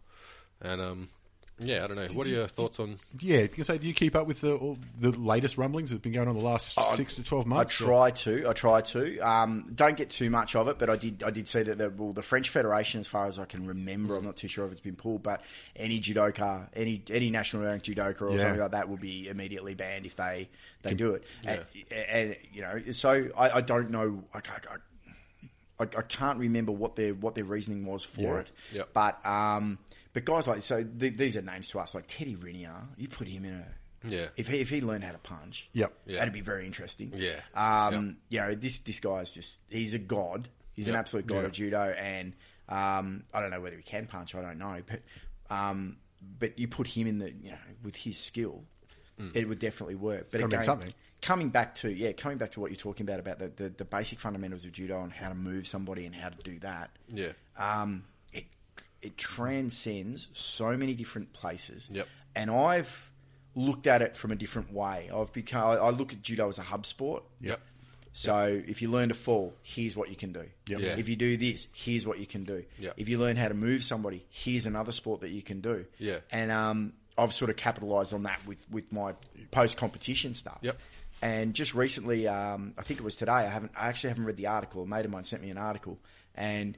And um, yeah, I don't know. What are your thoughts on? Yeah, you can say, do you keep up with the all the latest rumblings that have been going on the last six to twelve Oh, I months? try to. I try to. Um, don't get too much of it, but I did. I did see that the, well, the French Federation, as far as I can remember, I'm not too sure if it's been pulled, but any judoka, any any national ranked judoka or Yeah. something like that will be immediately banned if they they do it. And, and you know, so I, I don't know. I, can't- I, I, I can't remember what their what their reasoning was for it. Yep. But um, but guys like so th- these are names to us like Teddy Rinier. You put him in a Yeah. If he if he learned how to punch, Yep. Yeah. that'd be very interesting. Yeah. Um, You know this this guy's just he's a god. He's an Yep. absolute god of judo, and um, I don't know whether he can punch. I don't know, but um, but you put him in the you know with his skill, Mm. it would definitely work. But gotta mean again, something. coming back to yeah, coming back to what you're talking about about the, the, the basic fundamentals of judo and how to move somebody and how to do that. Yeah, Um, it it transcends so many different places. Yep. And I've looked at it from a different way. I've become I- I look at judo as a hub sport. Yep. So if you learn to fall, here's what you can do. Yep. Yeah. If you do this, here's what you can do. Yep. If you learn how to move somebody, here's another sport that you can do. Yeah. And um, I've sort of capitalized on that with, with my post competition stuff. Yep. And just recently, um, I think it was today. I haven't. I actually haven't read the article. A mate of mine sent me an article, and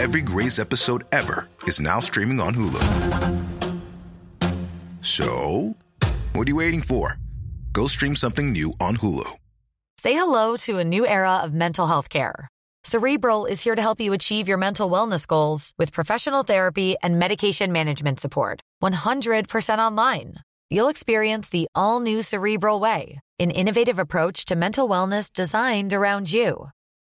Every Grey's episode ever is now streaming on Hulu. So, what are you waiting for? Go stream something new on Hulu. Say hello to a new era of mental health care. Cerebral is here to help you achieve your mental wellness goals with professional therapy and medication management support. 100% online. You'll experience the all new Cerebral Way, an innovative approach to mental wellness designed around you.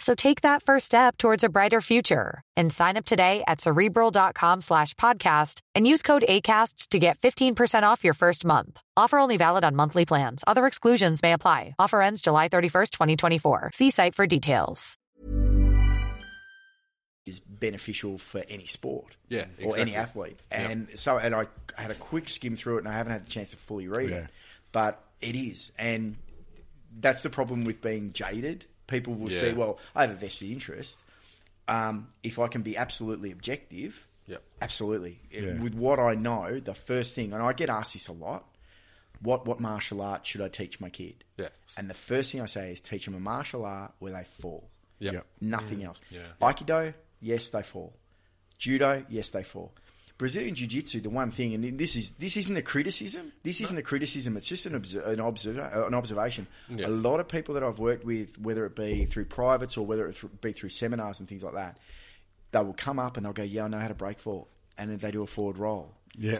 So take that first step towards a brighter future and sign up today at cerebral.com slash podcast and use code ACAST to get 15% off your first month. Offer only valid on monthly plans. Other exclusions may apply. Offer ends July 31st, 2024. See site for details. is beneficial for any sport, Yeah, or any exactly. athlete. And so, and I had a quick skim through it, and I haven't had the chance to fully read Yeah. it, but it is, and that's the problem with being jaded. People will see, Yeah. well, I have a vested interest. Um, if I can be absolutely objective, Yep. absolutely It- Yeah. with what I know, the first thing, and I get asked this a lot. What, what martial art should I teach my kid? Yeah. And the first thing I say is teach them a martial art where they fall yeah, Yep. nothing else. Aikido, yes, they fall. Judo, yes, they fall. Brazilian jiu-jitsu, the one thing, and this is this isn't a criticism. This isn't a criticism. It's just an obser- an, observer, an observation. A lot of people that I've worked with, whether it be through privates or whether it th- be through seminars and things like that, they will come up and they'll go, "Yeah, I know how to break fall," and then they do a forward roll, Yeah.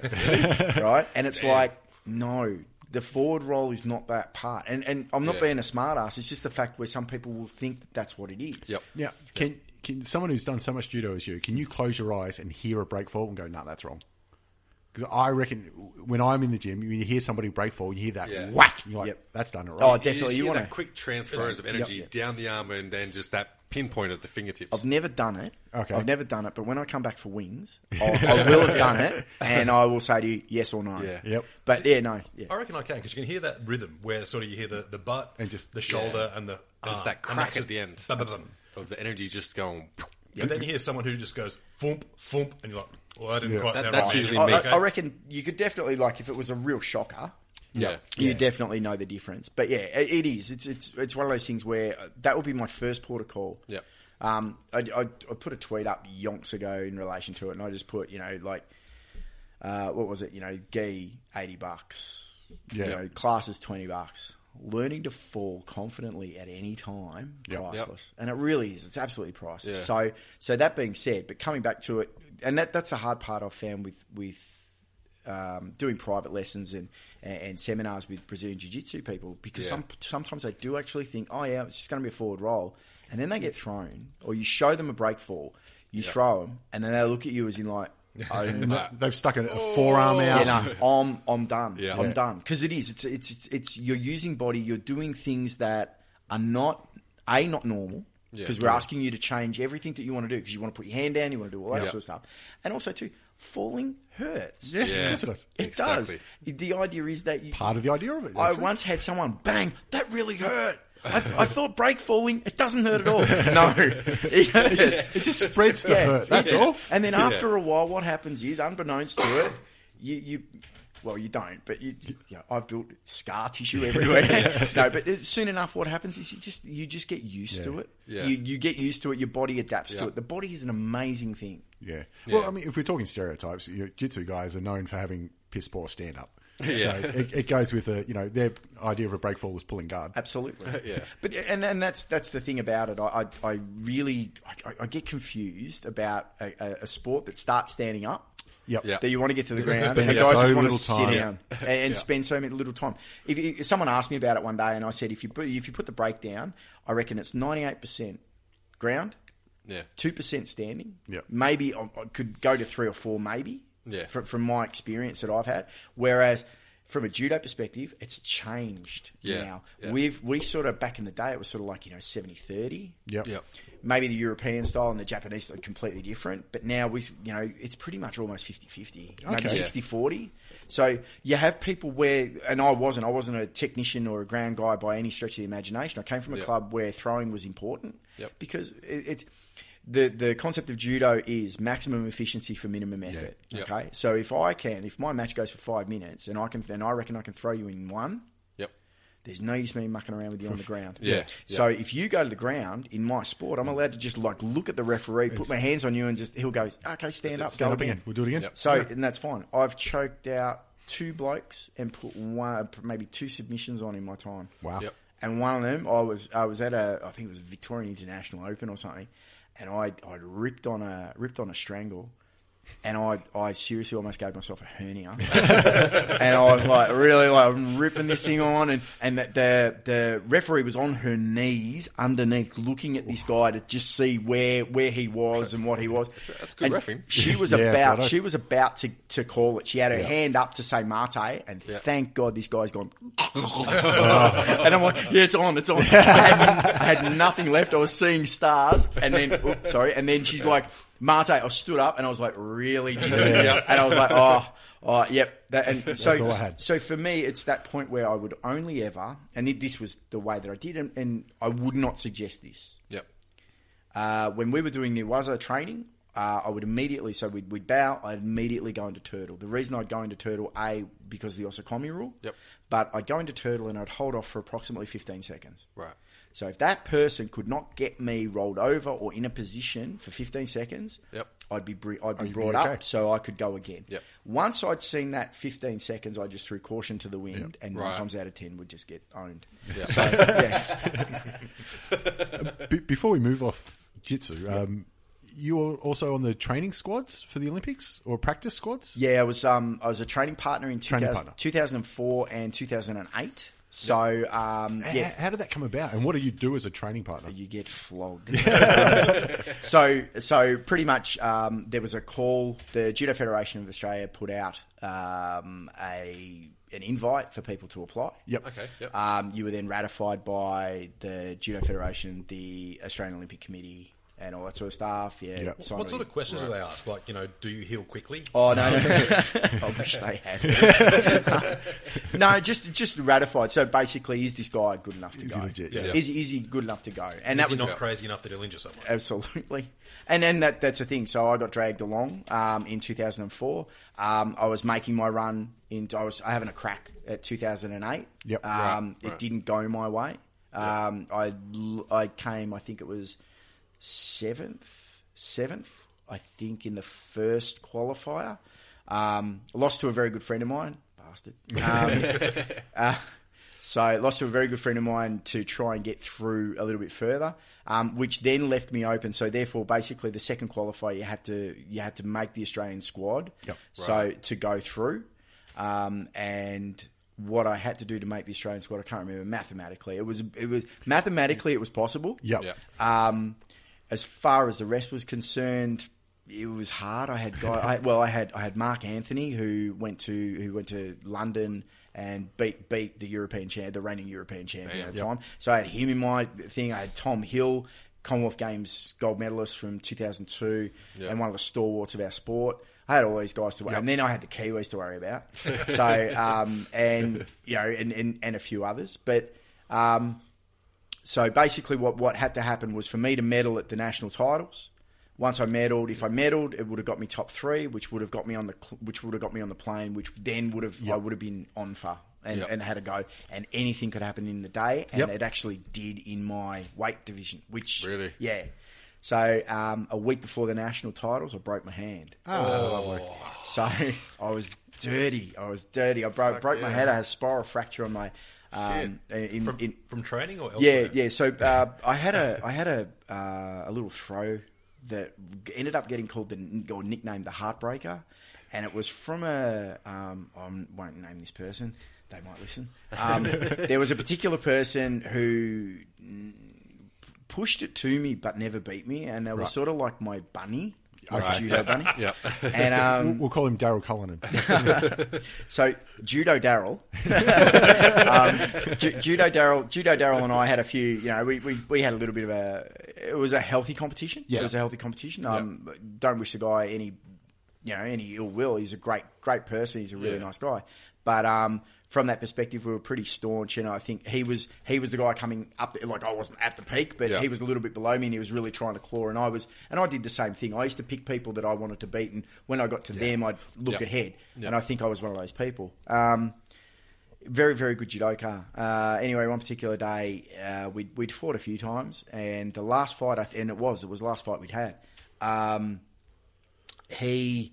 right? And it's like, no, the forward role is not that part. And and I'm not Yeah. being a smart ass. It's just the fact where some people will think that that's what it is. Yep. Yeah. Can can someone who's done so much judo as you, can you close your eyes and hear a break fall and go, no, that's wrong? Because I reckon when I'm in the gym, you hear somebody break fall, you hear that Yeah. whack, you're like, Yep. that's done it right. Oh, You, definitely. just You, hear want that to. quick transference of energy down the arm and then just that pinpoint at the fingertips. I've never done it. Okay. I've never done it. But when I come back for wings, I'll, I will have done it, and I will say to you yes or no. Yeah. Yep. But yeah, no. Yeah. I reckon I can because you can hear that rhythm where sort of you hear the, the butt And just- the shoulder and the There's that arm, and that's crack just at the end uh, bum, bum, bum. of the energy just going. But then you hear someone who just goes thump thump, and you're like, "Well, that didn't quite That- sound that's right." usually I, me. I- Okay. I reckon you could definitely like if it was a real shocker. Yeah. You definitely know the difference, but yeah, i- it is. It's it's it's one of those things where uh, that would be my first port of call. Yep. Um, I, I, I put a tweet up yonks ago in relation to it, and I just put you know like, uh, what was it? You know, gi eighty bucks. Yeah. You know, classes twenty bucks. Learning to fall confidently at any time, priceless, and it really is. It's absolutely priceless. Yeah. So, so that being said, but coming back to it, and that that's the hard part I've found with with um, doing private lessons and, and seminars with Brazilian Jiu Jitsu people because Yeah. some, sometimes they do actually think, oh, yeah, it's just going to be a forward roll. And then they get thrown, or you show them a break fall, you throw 'em, throw them, and then they look at you as in, like, oh, And that- they've stuck a, a Oh. forearm out. yeah, no, I'm I'm done. Yeah. I'm Yeah. done because it is. It's, it's it's it's you're using body. You're doing things that are not a not normal Yeah. because we're asking you to change everything that you want to do because you want to put your hand down, you want to do all that sort of stuff, and also too falling hurts. Yeah, of course it does. It Exactly. does. The idea is that you, Part of the idea of it. I that's it. once had someone bang. That really hurt. I, I thought break falling. It doesn't hurt at all. No, it hurts. It just spreads the Yeah, hurt. it That's just- all. And then after a while, what happens is, unbeknownst to it, you, you well, you don't, but you, you know, I've built scar tissue everywhere. No, but it- soon enough, what happens is you just you just get used to it. Yeah. You, you get used to it. Your body adapts Yeah. to it. The body is an amazing thing. Yeah. Yeah. Well, I mean, if we're talking stereotypes, you know, jitsu guys are known for having piss poor stand up. Yeah. So it, it goes with a, you know, their idea of a break fall is pulling guard. Absolutely. Yeah. But and and that's that's the thing about it. I I, I really I, I get confused about a, a, a sport that starts standing up. Yep. Yeah. that you want to get to the ground, Spend and guys so just want to little sit time. down and, and spend so many little time. If, you- if someone asked me about it one day, and I said, if you put, if you put the break down, I reckon it's ninety eight percent ground, Yeah. two percent standing. Yeah. maybe um, I, I could go to three or four, maybe. Yeah. from, from my experience that I've had. Whereas from a judo perspective, it's changed Yeah. now. Yeah. We've we sort of back in the day, it was sort of like you know 70-30 Yep. Yep. maybe the European style and the Japanese are completely different. But now we, you know, it's pretty much almost 50-50, Okay. maybe 60-40. So you have people where, and I wasn't, I wasn't a technician or a ground guy by any stretch of the imagination. I came from a Yep. club where throwing was important Yep. because it, it's the the concept of judo is maximum efficiency for minimum effort. Yep. Okay, so if I can, if my match goes for five minutes and I can, then I reckon I can throw you in one. Yep. There's no use me mucking around with you on the ground. Yeah, So if you go to the ground in my sport, I'm allowed to just like look at the referee, put my hands on you, and just he'll go, okay, stand up, Stand go up again. We'll do it again. Yep. So and that's fine. I've choked out two blokes and put one, maybe two submissions on in my time. Wow. Yep. And one of them, I was I was at a I think it was Victorian International Open or something, and I I ripped on a ripped on a strangle, and I I seriously almost gave myself a hernia, and I was like really like I'm ripping this thing on, and and that the the referee was on her knees underneath looking at this guy to just see where where he was and what he was. That's good reffing. She was Yeah, about righto. she was about to to call it. She had her hand up to say mate, and thank God this guy's gone. and I'm like, yeah, it's on, it's on. I, had, I had nothing left. I was seeing stars, and then, oops, sorry, and then she's like, Marte. I stood up, and I was like, really, dizzy. and I was like, oh, oh, yep. That, and so, all I had. so for me, it's that point where I would only ever, and it, this was the way that I did, and, and I would not suggest this. Yep. Uh, when we were doing Niwaza training, uh, I would immediately, so we'd, we'd bow, I'd immediately go into turtle. The reason I'd go into turtle, A, because of the Osakami rule, Yep. but I'd go into turtle and I'd hold off for approximately 15 seconds. Right. So if that person could not get me rolled over or in a position for 15 seconds, Yep. I'd be br- I'd be Oh, you'd be brought okay. up so I could go again. Yep. Once I'd seen that 15 seconds, I just threw caution to the wind, and nine Right. times out of 10 would just get owned. Yep. So, yeah. Be- before we move off jitsu, um, you were also on the training squads for the Olympics or practice squads? Yeah, I was um I was a training partner in 2000, Training partner. 2004 and 2008. So um H- yeah, How did that come about, and what do you do as a training partner? you get flogged. so, so pretty much, um, there was a call. The Judo Federation of Australia put out um, a an invite for people to apply. Yep. Okay. Yep. Um, you were then ratified by the Judo Federation, the Australian Olympic Committee, and all that sort of stuff. Yeah. Yeah. Simon What sort Reed. of questions do they ask? Like, you know, do you heal quickly? Oh no! no. I wish they had. no, just just ratified. So basically, is this guy good enough to Is he go? legit? Yeah. Is is he good enough to go? And that Is was he not crazy enough that he'll injure someone? Absolutely. And then that that's the thing. So I got dragged along um, in 2004. Um, I was making my run in. I was I having a crack at 2008. Yep. Um, Right, It right. didn't go my way. Um, I l- I came. I think it was seventh, seventh. I think in the first qualifier. Um, lost to a very good friend of mine. Bastard. Um, uh, so lost to a very good friend of mine to try and get through a little bit further, um, which then left me open. So therefore, basically, the second qualifier you had to you had to make the Australian squad. Yep. So to go through, um, and what I had to do to make the Australian squad, I can't remember mathematically. It was it was mathematically it was possible. Yep. Yeah. Um, as far as the rest was concerned, it was hard. I had guy, I, well, I had I had Mark Anthony who went to who went to London and beat beat the European champ, the reigning European champion at the time. So I had him in my thing. I had Tom Hill, Commonwealth Games gold medalist from 2002, and one of the stalwarts of our sport. I had all these guys to worry, and then I had the Kiwis to worry about. So, um, and you know, and, and and a few others, but. Um, so basically, what, what had to happen was for me to medal at the national titles. Once I medaled, if I medaled, it would have got me top three, which would have got me on the cl- which would have got me on the plane, which then would have I would have been on for and, Yep. and had a go. And anything could happen in the day, and Yep. it actually did in my weight division, which Really? yeah. So um, a week before the national titles, I broke my hand. Oh, So I was dirty. I was dirty. I broke broke my yeah. head. I had a spiral fracture on my um, in, From, in from training or elsewhere? yeah, yeah. So uh, I had a I had a uh, a little throw that ended up getting called the or nicknamed the Heartbreaker, and it was from a um, I won't name this person. They might listen. Um, there was a particular person who pushed it to me, but never beat me, and they were sort of like my bunny, like Right. judo bunny. Yeah. And um, We'll call him Daryl Cullinan. so judo Daryl, um, ju- judo Daryl, judo Daryl, and I had a few. You know, we, we, we had a little bit of a. It was a healthy competition. Yeah. It was a healthy competition. Um, don't wish the guy any, you know, any ill will. He's a great great person. He's a really nice guy. But um, from that perspective, we were pretty staunch. And I think he was he was the guy coming up. Like I wasn't at the peak, but Yeah. he was a little bit below me, and he was really trying to claw. And I was, and I did the same thing. I used to pick people that I wanted to beat, and when I got to them, I'd look Yeah. ahead. Yeah. And I think I was one of those people. Um, very, very good judoka. Uh, anyway, one particular day, uh, we'd, we'd fought a few times, and the last fight, I th- and it was, it was the last fight we'd had. Um, he,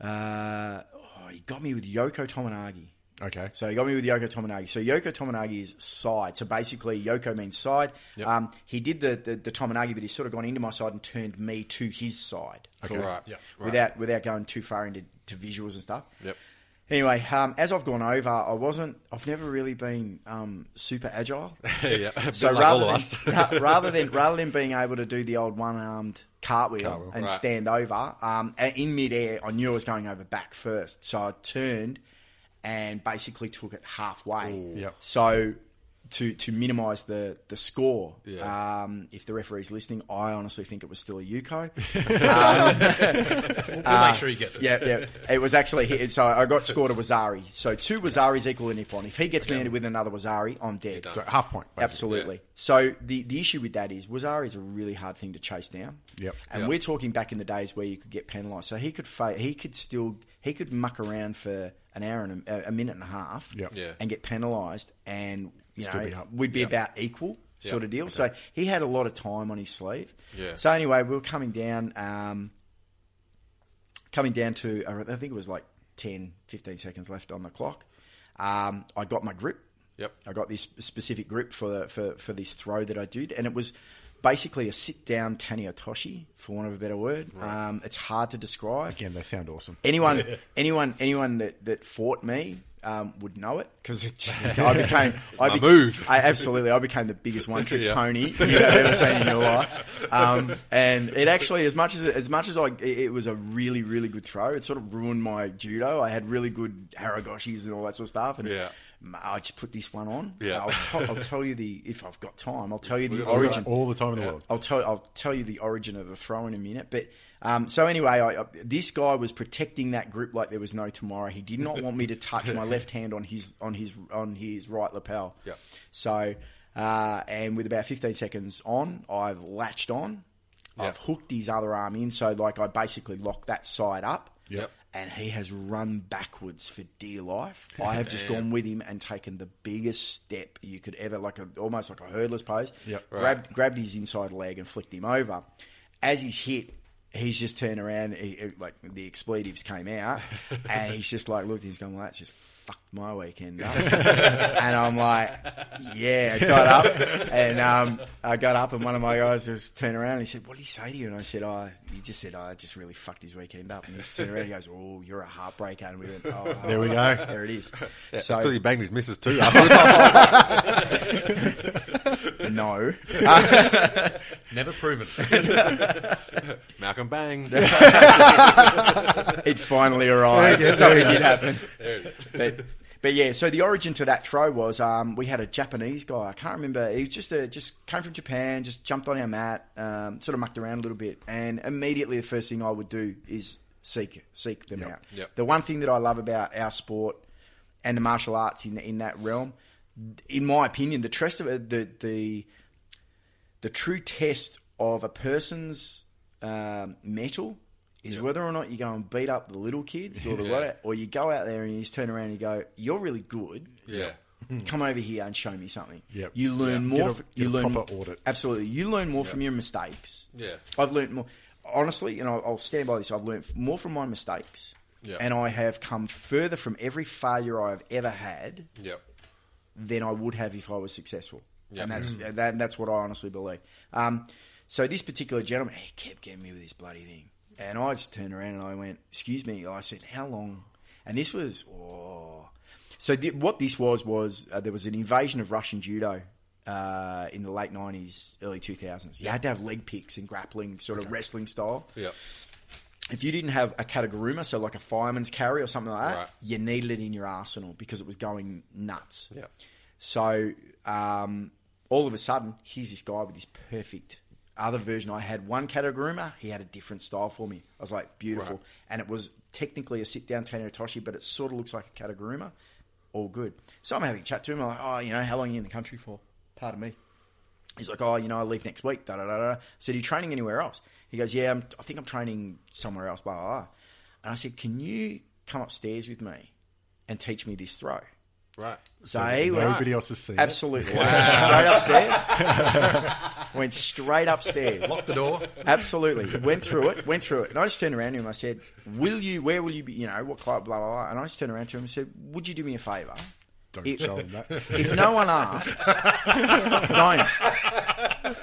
uh, oh, he got me with Yoko Tominagi. Okay. So he got me with Yoko Tominagi. So Yoko Tominagi is side. So basically, Yoko means side. Um, he did the, the, the Tominagi, but he's sort of gone into my side and turned me to his side All right. Yeah. Right. without without going too far into to visuals and stuff. Yep. Anyway, um, as I've gone over, I wasn't. I've never really been um, super agile. yeah. A bit So like "Oh, rather all of us. than, ra- rather than rather than being able to do the old one armed cartwheel, and Right. stand over, um, a- in midair, I knew I was going over back first, so I turned and basically took it halfway. Yep. So to to minimise the the score, Yeah. um, if the referee's listening, I honestly think it was still a Yuko. We'll make Ah. sure he gets it. Yeah, yeah. It was actually hit. So I got scored a Wazari. So two Wazaris equal a Nippon. If he gets landed with another Wazari, I'm dead. So half point. basically. Absolutely. So the, the issue with that is Wazari is a really hard thing to chase down. Yep. And we're talking back in the days where you could get penalised. So he could fa- he could still he could muck around for an hour and a, a minute and a half. Yep. Yeah. And get penalised, and you Still know be up. we'd be about equal sort of deal. So he had a lot of time on his sleeve. Yeah. So anyway, we were coming down. Um, coming down to I think it was like 10, 15 seconds left on the clock. Um, I got my grip. Yep. I got this specific grip for the, for for this throw that I did, and it was basically a sit down Taniotoshi, for want of a better word. Um, it's hard to describe. Again, they sound awesome. Anyone, anyone, anyone that, that fought me um, would know it because it just, I became I my move. I absolutely I became the biggest one trick Yeah. pony you've ever seen in your life. Um, and it actually, as much as as much as I, it, it was a really really good throw. It sort of ruined my judo. I had really good haragoshis and all that sort of stuff. And Yeah. m- I just put this one on. Yeah. I'll, t- I'll tell you the if I've got time. I'll tell you the got time. origin. All the time in the world. I'll tell I'll tell you the origin of the throw in a minute. But um, so anyway, I, I, this guy was protecting that grip like there was no tomorrow. He did not want me to touch my left hand on his on his on his right lapel. Yeah. So uh, and with about 15 seconds on, I've latched on. Yeah. I've hooked his other arm in, so like I basically locked that side up. Yep. And he has run backwards for dear life. I have just gone with him and taken the biggest step you could ever, like a, almost like a hurdler's pose. Yep. Grabbed grabbed his inside leg and flicked him over. As he's hit, he's just turned around. He, he- like the expletives came out, and he's just like looked. He's going, "Well, that's just fucked my weekend up." and I'm like, "Yeah." I got up and um, I got up, and one of my guys just turned around. and He said, "What did he say to you?" And I said, "Oh, he just said oh, I just really fucked his weekend up." And he turned around. He goes, "Oh, you're a heartbreaker." And we went, "Oh, There we go. There it is." It's because he banged his missus too. afterwards. no. Never proven. Malcolm bangs. it finally arrived. Something did happen. But, but yeah, so the origin to that throw was um, we had a Japanese guy. I can't remember. He was just a, just came from Japan. Just jumped on our mat, um, sort of mucked around a little bit, and immediately the first thing I would do is seek seek them out. Yep. The one thing that I love about our sport and the martial arts in in that realm, in my opinion, the trust of the the the true test of a person's um, metal is whether or not you go and beat up the little kids or the or you go out there and you just turn around and you go, "You're really good. Yeah. Come over here and show me something." Yep. You learn Yeah. more. Get a- fr- get you a learn proper audit. Absolutely, you learn more from your mistakes. Yeah. I've learned more. Honestly, and I'll, I'll stand by this. I've learned more from my mistakes, Yeah. and I have come further from every failure I have ever had Yep. than I would have if I was successful. Yeah. And that's that, that's what I honestly believe. Um, so this particular gentleman, he kept getting me with this bloody thing, and I just turned around and I went, "Excuse me," I said, "How long?" And this was oh. So th- what this was was uh, there was an invasion of Russian judo. Uh, in the late nineties, early two thousands, you had to have leg picks and grappling, sort of wrestling style Yep. if you didn't have a kataguruma, so like a fireman's carry or something like that, Right. you needed it in your arsenal because it was going nuts. Yeah. So um, all of a sudden, here's this guy with this perfect other version. I had one kataguruma, he had a different style for me. I was like, beautiful. Right. And it was technically a sit down Taniratoshi, but it sort of looks like a kataguruma. All good. So I'm having a chat to him. I'm like, oh, you know, how long are you in the country for? Pardon me. He's like, oh, you know, I leave next week. Da da da da. I said, are you training anywhere else? He goes, yeah, I'm, I think I'm training somewhere else. Blah blah. blah. And I said, can you come upstairs with me and teach me this throw? Right. So, he went, Nobody else has seen it. absolutely went straight upstairs. went straight upstairs. Lock the door. Absolutely. Went through it, went through it. And I just turned around to him. I said, Will you, where will you be, you know, what club, blah, blah, blah. And I just turned around to him and said, Would you do me a favour? Don't It- show him that. If no one asks, don't.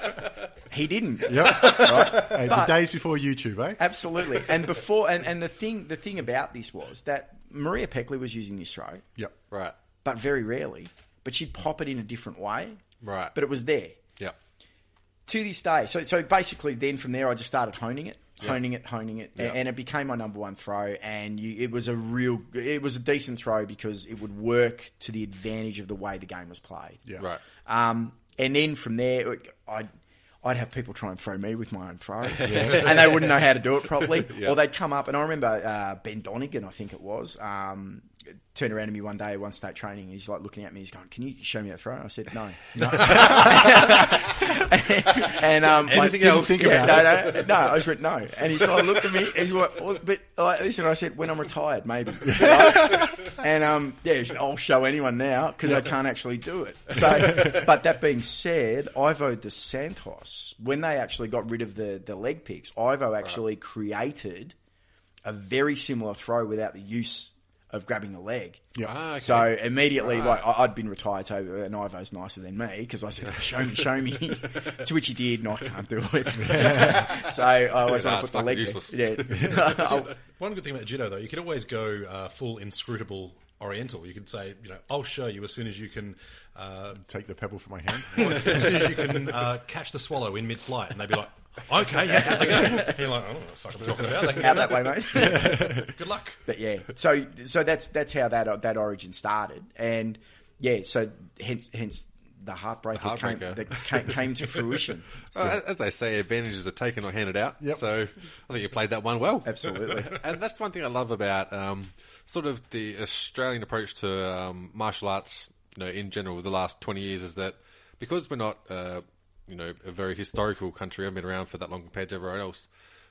He didn't. Hey, the But- days before YouTube, eh? Absolutely. And before, and, and the thing, the thing about this was that Maria Peckley was using this throw, Yep. Right. but very rarely. But she'd pop it in a different way. Right. But it was there. Yep. to this day. So so basically, then from there, I just started honing it, honing it, honing it, a- and it became my number one throw. And you, it was a real, it was a decent throw because it would work to the advantage of the way the game was played. Yeah. Right. Um, and then from there, it- I'd I'd have people try and throw me with my own throw, and they wouldn't know how to do it properly, or they'd come up. And I remember uh, Ben Donigan, I think it was, um, turned around to me one day at one state training. And he's like looking at me, he's going, "Can you show me that throw?" And I said, "No." no. and um, Anything else? Think yeah, about no, no, no, I just went no, and he sort of looked at me. He's like, well, but like, listen, I said when I'm retired, maybe. and um, yeah, I'll show anyone now because I can't actually do it. So, but that being said, Ivo De Santos, when they actually got rid of the the leg picks, Ivo actually created a very similar throw without the use of grabbing the leg. Yeah. Ah, okay. So immediately, like I- I'd been retired, so and Ivo's nicer than me because I said, "Show me, show me," to which he did, and I can't do it. so I always Nah, want it's to put the leg. fucking there. Yeah. One good thing about judo, though, you could always go uh, full inscrutable Oriental. You could say, you know, I'll show you as soon as you can, uh, Take the pebble from my hand. as soon as you can uh, catch the swallow in mid-flight, and they'd be like, "Okay, yeah, there they go." And you're like, "I don't know what the fuck I'm talking about." They can out do that way, mate. Good luck. But yeah, so so that's that's how that that origin started, and yeah, so hence hence the heartbreaker, Came, heartbreaker. that came, came to fruition. Well, as they say, advantages are taken or handed out. Yep. So I think you played that one well. Absolutely. and that's one thing I love about um, sort of the Australian approach to um, martial arts, you know, in general, the last twenty years is that because we're not, uh, you know, a very historical country, haven't been around for that long compared to everyone else.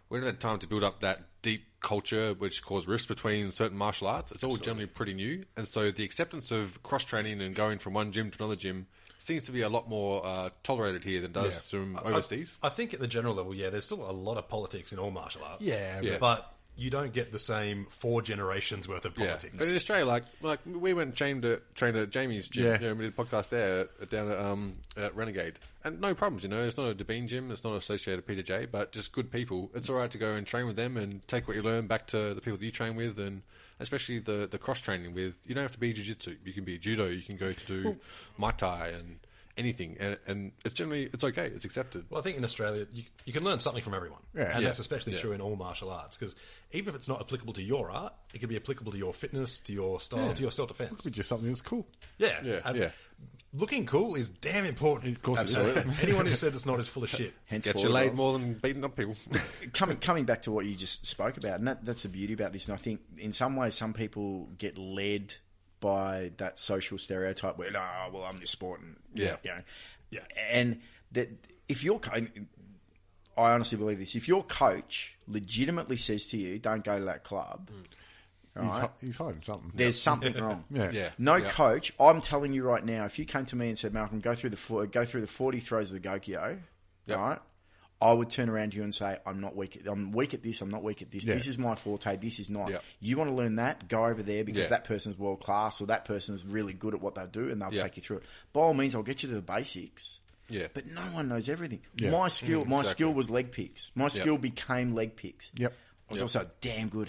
We don't have time to build up that deep culture, which caused rifts between certain martial arts. It's all generally pretty new, and so the acceptance of cross training and going from one gym to another gym seems to be a lot more uh, tolerated here than does from overseas. I think at the general level, yeah, there's still a lot of politics in all martial arts. Yeah, Yeah. but you don't get the same four generations worth of politics. But in Australia, like like we went and trained at, trained at Jamie's gym. Yeah. You know, we did a podcast there uh, down at, um, at Renegade, and no problems. You know, it's not a Debean gym, it's not associated with PJ, but just good people. It's all right to go and train with them and take what you learn back to the people that you train with, and especially the the cross training with. You don't have to be jiu-jitsu. You can be judo. You can go to do muay thai and anything, and, and it's generally it's okay. It's accepted. Well, I think in Australia, you, you can learn something from everyone. and that's especially true in all martial arts because even if it's not applicable to your art, it can be applicable to your fitness, to your style, to your self defense. It's just something that's cool. Yeah. Yeah, And yeah. Looking cool is damn important. Of course it is. Anyone who says it's not is full of shit. Hence Gets you forward laid rolls. more than beating up people. coming coming back to what you just spoke about, and that, that's the beauty about this. And I think in some ways, some people get led by that social stereotype where, oh, well, I'm this sport, and Yeah. you know, Yeah. and that if you're, I honestly believe this. If your coach legitimately says to you, "Don't go to that club," He's, hi- he's hiding something. there's something wrong. Yeah. yeah, No yeah. coach, I'm telling you right now, if you came to me and said, Malcolm, go through the four, go through the 40 throws of the Gokyo, Yep. right? I would turn around to you and say, I'm not weak. At, I'm weak at this. I'm not weak at this. Yeah. This is my forte. This is not. Yep. You want to learn that? Go over there because Yeah. that person's world class or that person's really good at what they do, and they'll Yeah. take you through it. By all means, I'll get you to the basics. Yeah. But no one knows everything. Yeah. Mm-hmm. My skill, my exactly. skill was leg picks. My skill became leg picks. Yep. I was also a damn good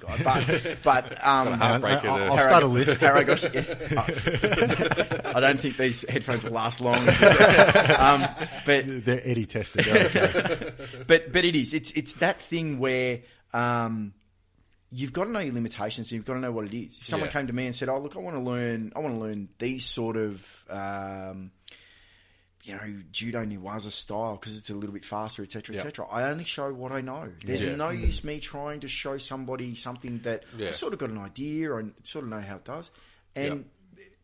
guy, but but um, heartbreaker I'll- there. I'll start a Harrog- list. Harrogoshe- yeah. I don't think these headphones will last long. um, but They're Eddie tested. Okay. but but it is. It's it's that thing where um, you've got to know your limitations. and You've got to know what it is. If someone Yeah. came to me and said, "Oh, look, I want to learn. I want to learn these sort of." Um, you know, judo niwaza style because it's a little bit faster, etc., Yeah. etc. I only show what I know. There's Yeah. Mm-hmm. no use me trying to show somebody something that Yeah. I sort of got an idea and sort of know how it does, and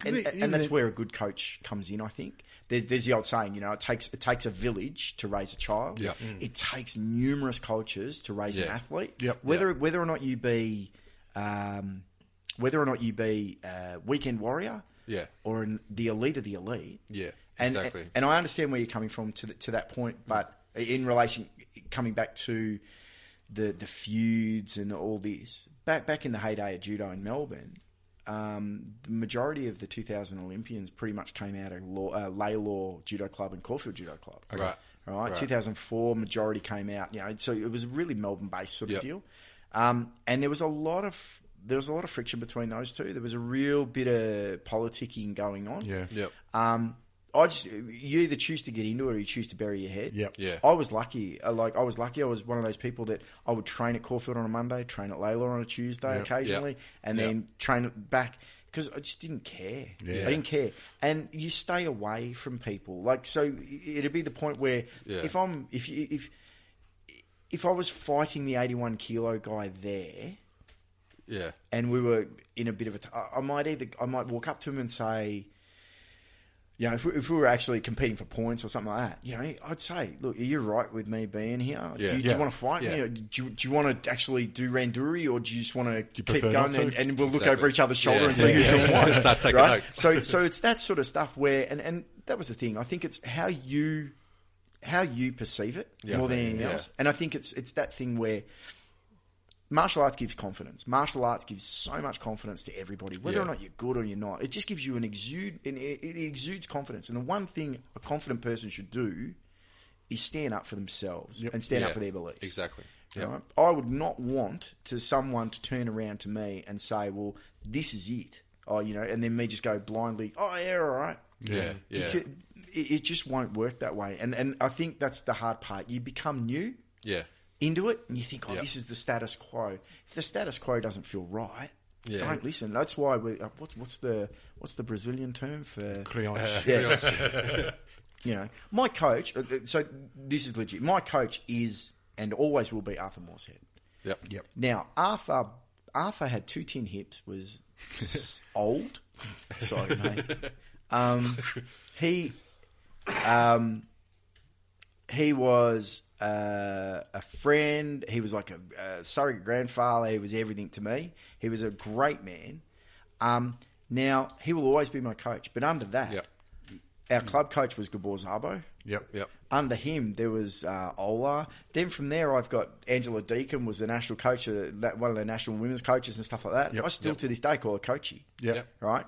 and, Yeah, and that's yeah. where a good coach comes in. I think there's, there's the old saying, you know, it takes it takes a village to raise a child. Yeah. It takes numerous cultures to raise an Mm. Yeah. athlete. Yep. Whether whether or not you be, um, whether or not you be a weekend warrior, Yeah. or an, the elite of the elite, Yeah, and, exactly. And, I understand where you're coming from to the, to that point, but in relation coming back to the the feuds and all this back back in the heyday of judo in Melbourne. Um, the majority of the 2000 Olympians pretty much came out of law, uh, Laylaw Judo Club and Caulfield Judo Club. Right. All right. 2004, majority came out. You know, so it was really Melbourne-based sort of Yep. deal. Um, and there was a lot of there was a lot of friction between those two. There was a real bit of politicking going on. Yeah. Yep. Um, I just you either choose to get into it or you choose to bury your head. Yep. Yeah. I was lucky. Uh, Like I was lucky. I was one of those people that I would train at Caulfield on a Monday, train at Layla on a Tuesday occasionally, and then train back because I just didn't care. I didn't care. And you stay away from people. Like so, i- it'd be the point where Yeah. if I'm if you- if if I was fighting the eighty-one kilo guy there, Yeah. and we were in a bit of a. T- I I might either I might walk up to him and say, you know, if we, if we were actually competing for points or something like that, you know, I'd say, look, are you right with me being here? Yeah. Do, you, do Yeah. you want to fight me? Yeah. Or do you, do you want to actually do randuri, or do you just want to keep prefer not going to? and, and we'll look Exactly. over each other's shoulder Yeah. and see who's Yeah. doing what? Start taking right? notes. So so it's that sort of stuff where and and that was the thing. I think it's how you how you perceive it Yeah. more than anything Yeah. else, and I think it's it's that thing where martial arts gives confidence. Martial arts gives so much confidence to everybody, whether or Yeah. not you're good or you're not. It just gives you an exude, and it, it exudes confidence. And the one thing a confident person should do is stand up for themselves and stand Yeah, up for their beliefs. Exactly. You know, I would not want to someone to turn around to me and say, "Well, this is it." Oh, you know, and then me just go blindly, "Oh, yeah, all right." Yeah, You yeah. ca- it, it just won't work that way. And and I think that's the hard part. You become new Yeah. into it, and you think, "Oh, Yeah. this is the status quo." If the status quo doesn't feel right, Yeah. don't listen. That's why we. Uh, what, what's the what's the Brazilian term for? You know, my coach. uh, uh, So this is legit. My coach is and always will be Arthur Mooreshead. Yep. Yep. Now Arthur Arthur had two tin hips. Was s- old. Sorry, mate. Um, he um, he was uh, a friend. He was like a, a surrogate grandfather. He was everything to me. He was a great man. Um, now he will always be my coach. But under that, Yep. our club coach was Gabor Zabo Yep. Yep. under him there was uh, Ola. Then from there, I've got Angela Deacon was the national coach, uh, that one of the national women's coaches and stuff like that. I still to this day call her coachy. Yep. Yep. Right.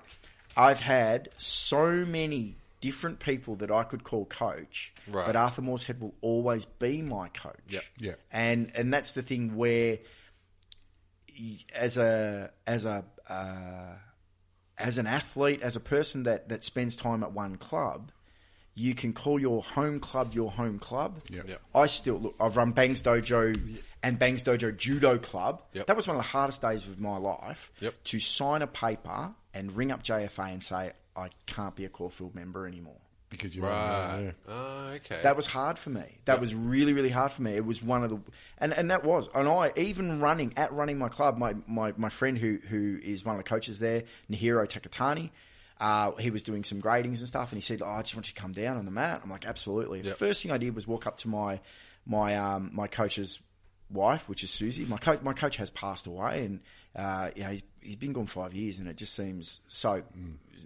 I've had so many different people that I could call coach, Right. but Arthur Moore's head will always be my coach. Yep. Yep. And and that's the thing where as a as a uh, as an athlete, as a person that that spends time at one club, you can call your home club your home club. Yep. Yep. I still look. I've run Bangs Dojo and Bangs Dojo Judo Club. Yep. That was one of the hardest days of my life. Yep. To sign a paper and ring up JFA and say I can't be a Caulfield member anymore. Because you're Oh, Right. Ah, okay. That was hard for me. That was really, really hard for me. It was one of the and, and that was and I even running at running my club, my my, my friend who who is one of the coaches there, Nihiro Takatani, uh, he was doing some gradings and stuff and he said, oh, I just want you to come down on the mat. I'm like, absolutely. The first thing I did was walk up to my my um, my coach's wife, which is Susie. My coach my coach has passed away and uh, you know, he's, he's been gone five years and it just seems so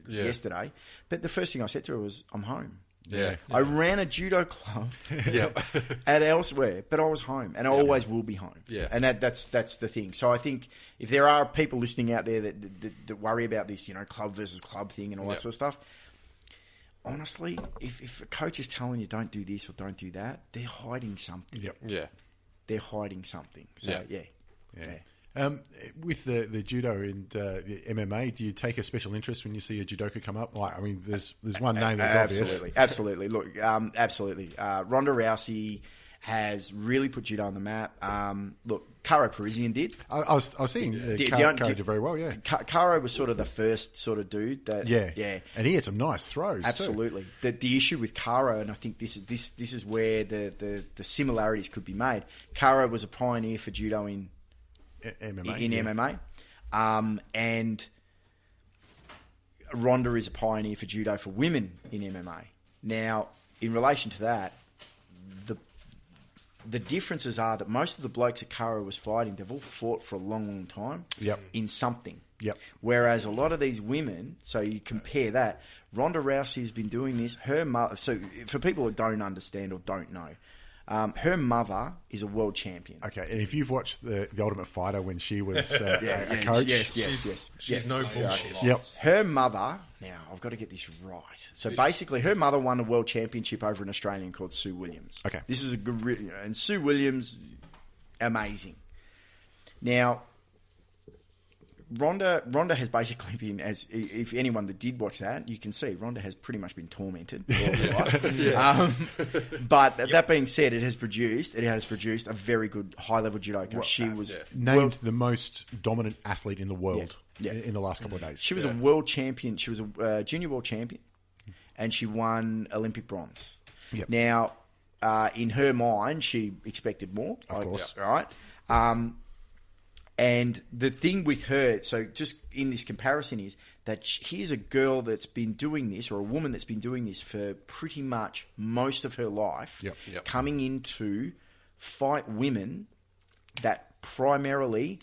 yesterday. But the first thing I said to her was, I'm home. Yeah. I ran a judo club Yep. at elsewhere, but I was home, and I always will be home. Yeah. and that, that's that's the thing. So I think if there are people listening out there that that, that worry about this, you know, club versus club thing and all Yeah. that sort of stuff, honestly, if, if a coach is telling you don't do this or don't do that, they're hiding something. Yep. Yeah. They're hiding something. So Yeah. yeah, yeah. Yeah. Um, with the, the judo and uh, the MMA, do you take a special interest when you see a judoka come up? Like, I mean, there's there's one name that's absolutely, obvious. absolutely. Look, um, absolutely. Uh, Ronda Rousey has really put judo on the map. Um, look, Caro Parisian did. I, I was I was seeing uh, The- Car- the un- Carey the- did very well. Yeah. Ca- Caro was sort of the first sort of dude that. Yeah. Yeah. And he had some nice throws. too. Absolutely. The, the issue with Caro, and I think this is this this is where the, the, the similarities could be made. Caro was a pioneer for judo in I- MMA. in yeah. MMA, um, and Ronda is a pioneer for judo for women in MMA. Now, in relation to that, the the differences are that most of the blokes that Kara was fighting, they've all fought for a long, long time Yep. in something. Yep. Whereas a lot of these women, so you compare that, Ronda Rousey has been doing this. Her mother, so for people that don't understand or don't know, um, her mother is a world champion. Okay, and if you've watched the, the Ultimate Fighter when she was uh, a- a, yes, coach, yes, yes, yes. She's no bullshit. Yep. Her mother, now I've got to get this right. So basically, her mother won a world championship over an Australian called Sue Williams. Okay. This is a good, re- and Sue Williams, amazing. Now, Ronda, Ronda has basically been, as i- if anyone that did watch that, you can see Ronda has pretty much been tormented. all her life. um, but that being said, it has produced, it has produced a very good high level judoka. she was named world- the most dominant athlete in the world Yeah. Yeah. in the last couple of days. She was a world champion. She was a uh, junior world champion, and she won Olympic bronze. Yep. Now, uh, in her mind, she expected more. Of course. right? Um, and the thing with her, so just in this comparison, is that sh- here's a girl that's been doing this, or a woman that's been doing this for pretty much most of her life, Yep. Yep. coming in to fight women that primarily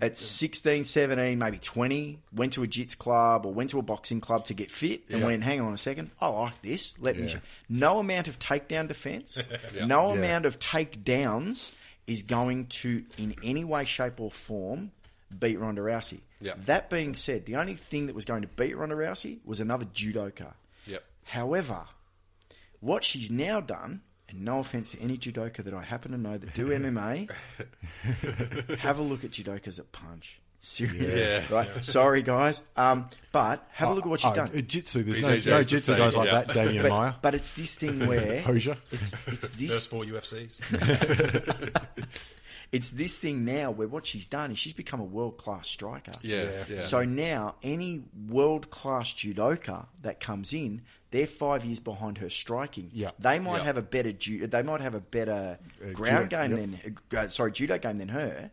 at 16, 17, maybe 20, went to a jits club or went to a boxing club to get fit and went, hang on a second, I like this. Let me. Yeah. Show. No amount of takedown defense, no amount of takedowns is going to, in any way, shape, or form, beat Ronda Rousey. Yeah. That being said, the only thing that was going to beat Ronda Rousey was another judoka. Yep. However, what she's now done, and no offense to any judoka that I happen to know that do MMA, have a look at judokas at Punch. Seriously, Yeah. right? Sorry, guys, um, but have a look at what she's Oh, done. uh, Jitsu, there's BJJ no, is no the jitsu same, guys like yeah. that. Damien Meyer, but, but it's this thing where Hosier. it's it's First this four UFCs. it's this thing now where what she's done is she's become a world class striker. Yeah, Yeah. yeah. So now any world class judoka that comes in, they're five years behind her striking. Yeah. They might Yeah. have a better ju- they might have a better Uh, ground judo, game yep. than uh, sorry judo game than her.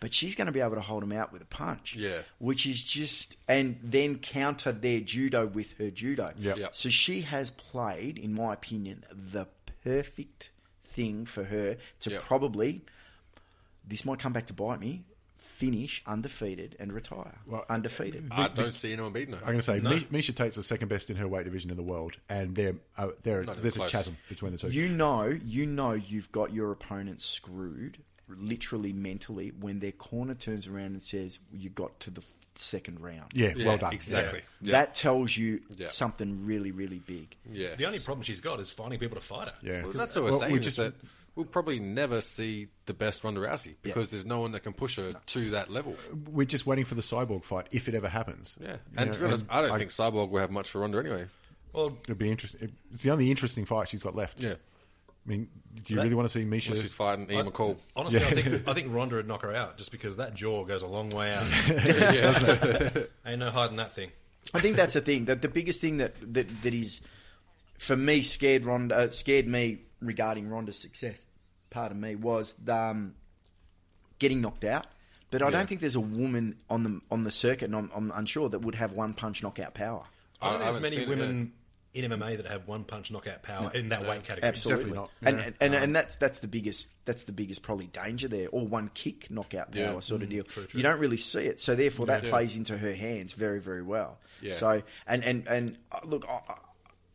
But she's going to be able to hold them out with a punch, Yeah. Which is just, and then counter their judo with her judo, Yep. Yep. So she has played, in my opinion, the perfect thing for her to Yep. probably this might come back to bite me. Finish undefeated and retire Well, undefeated. I Uh, don't see anyone beating her. I'm going to say Mi- Misha Tate's the second best in her weight division in the world, and there, uh, there, Not even there's a close. chasm between the two. You know, you know, you've got your opponent screwed, literally mentally, when their corner turns around and says, "You got to the f- second round." yeah, Yeah, well done. Exactly. Yeah. That tells you Yeah. something really, really big. Yeah. The only problem she's got is finding people to fight her. Yeah, Well, 'Cause- that's what we're well, saying. we is just- that we'll probably never see the best Ronda Rousey because there's no one that can push her to that level. We're just waiting for the cyborg fight if it ever happens. Yeah, You and know, to be honest, and I don't think Cyborg will have much for Ronda anyway. Well, it'll be interesting. It's the only interesting fight she's got left. Yeah, I mean, do you really want to see Misha? she's fighting Ian McCall. honestly, I think I think Ronda would knock her out just because that jaw goes a long way out. Ain't no hiding that thing. I think that's the thing. That the biggest thing that that, that is for me scared Ronda uh, scared me regarding Ronda's success. Pardon me, was um, getting knocked out. But I Yeah. don't think there's a woman on the on the circuit, and I'm, I'm unsure that would have one punch knockout power. I don't I think haven't there's many seen it women in MMA that have one punch knockout power in that weight category. Absolutely not. And Yeah. and, um, and, and that's that's the biggest that's the biggest probably danger there, or one kick knockout power Yeah. Mm, sort of deal. You don't really see it, so therefore that plays into her hands very very well. Yeah. So and and and uh, look. I, I-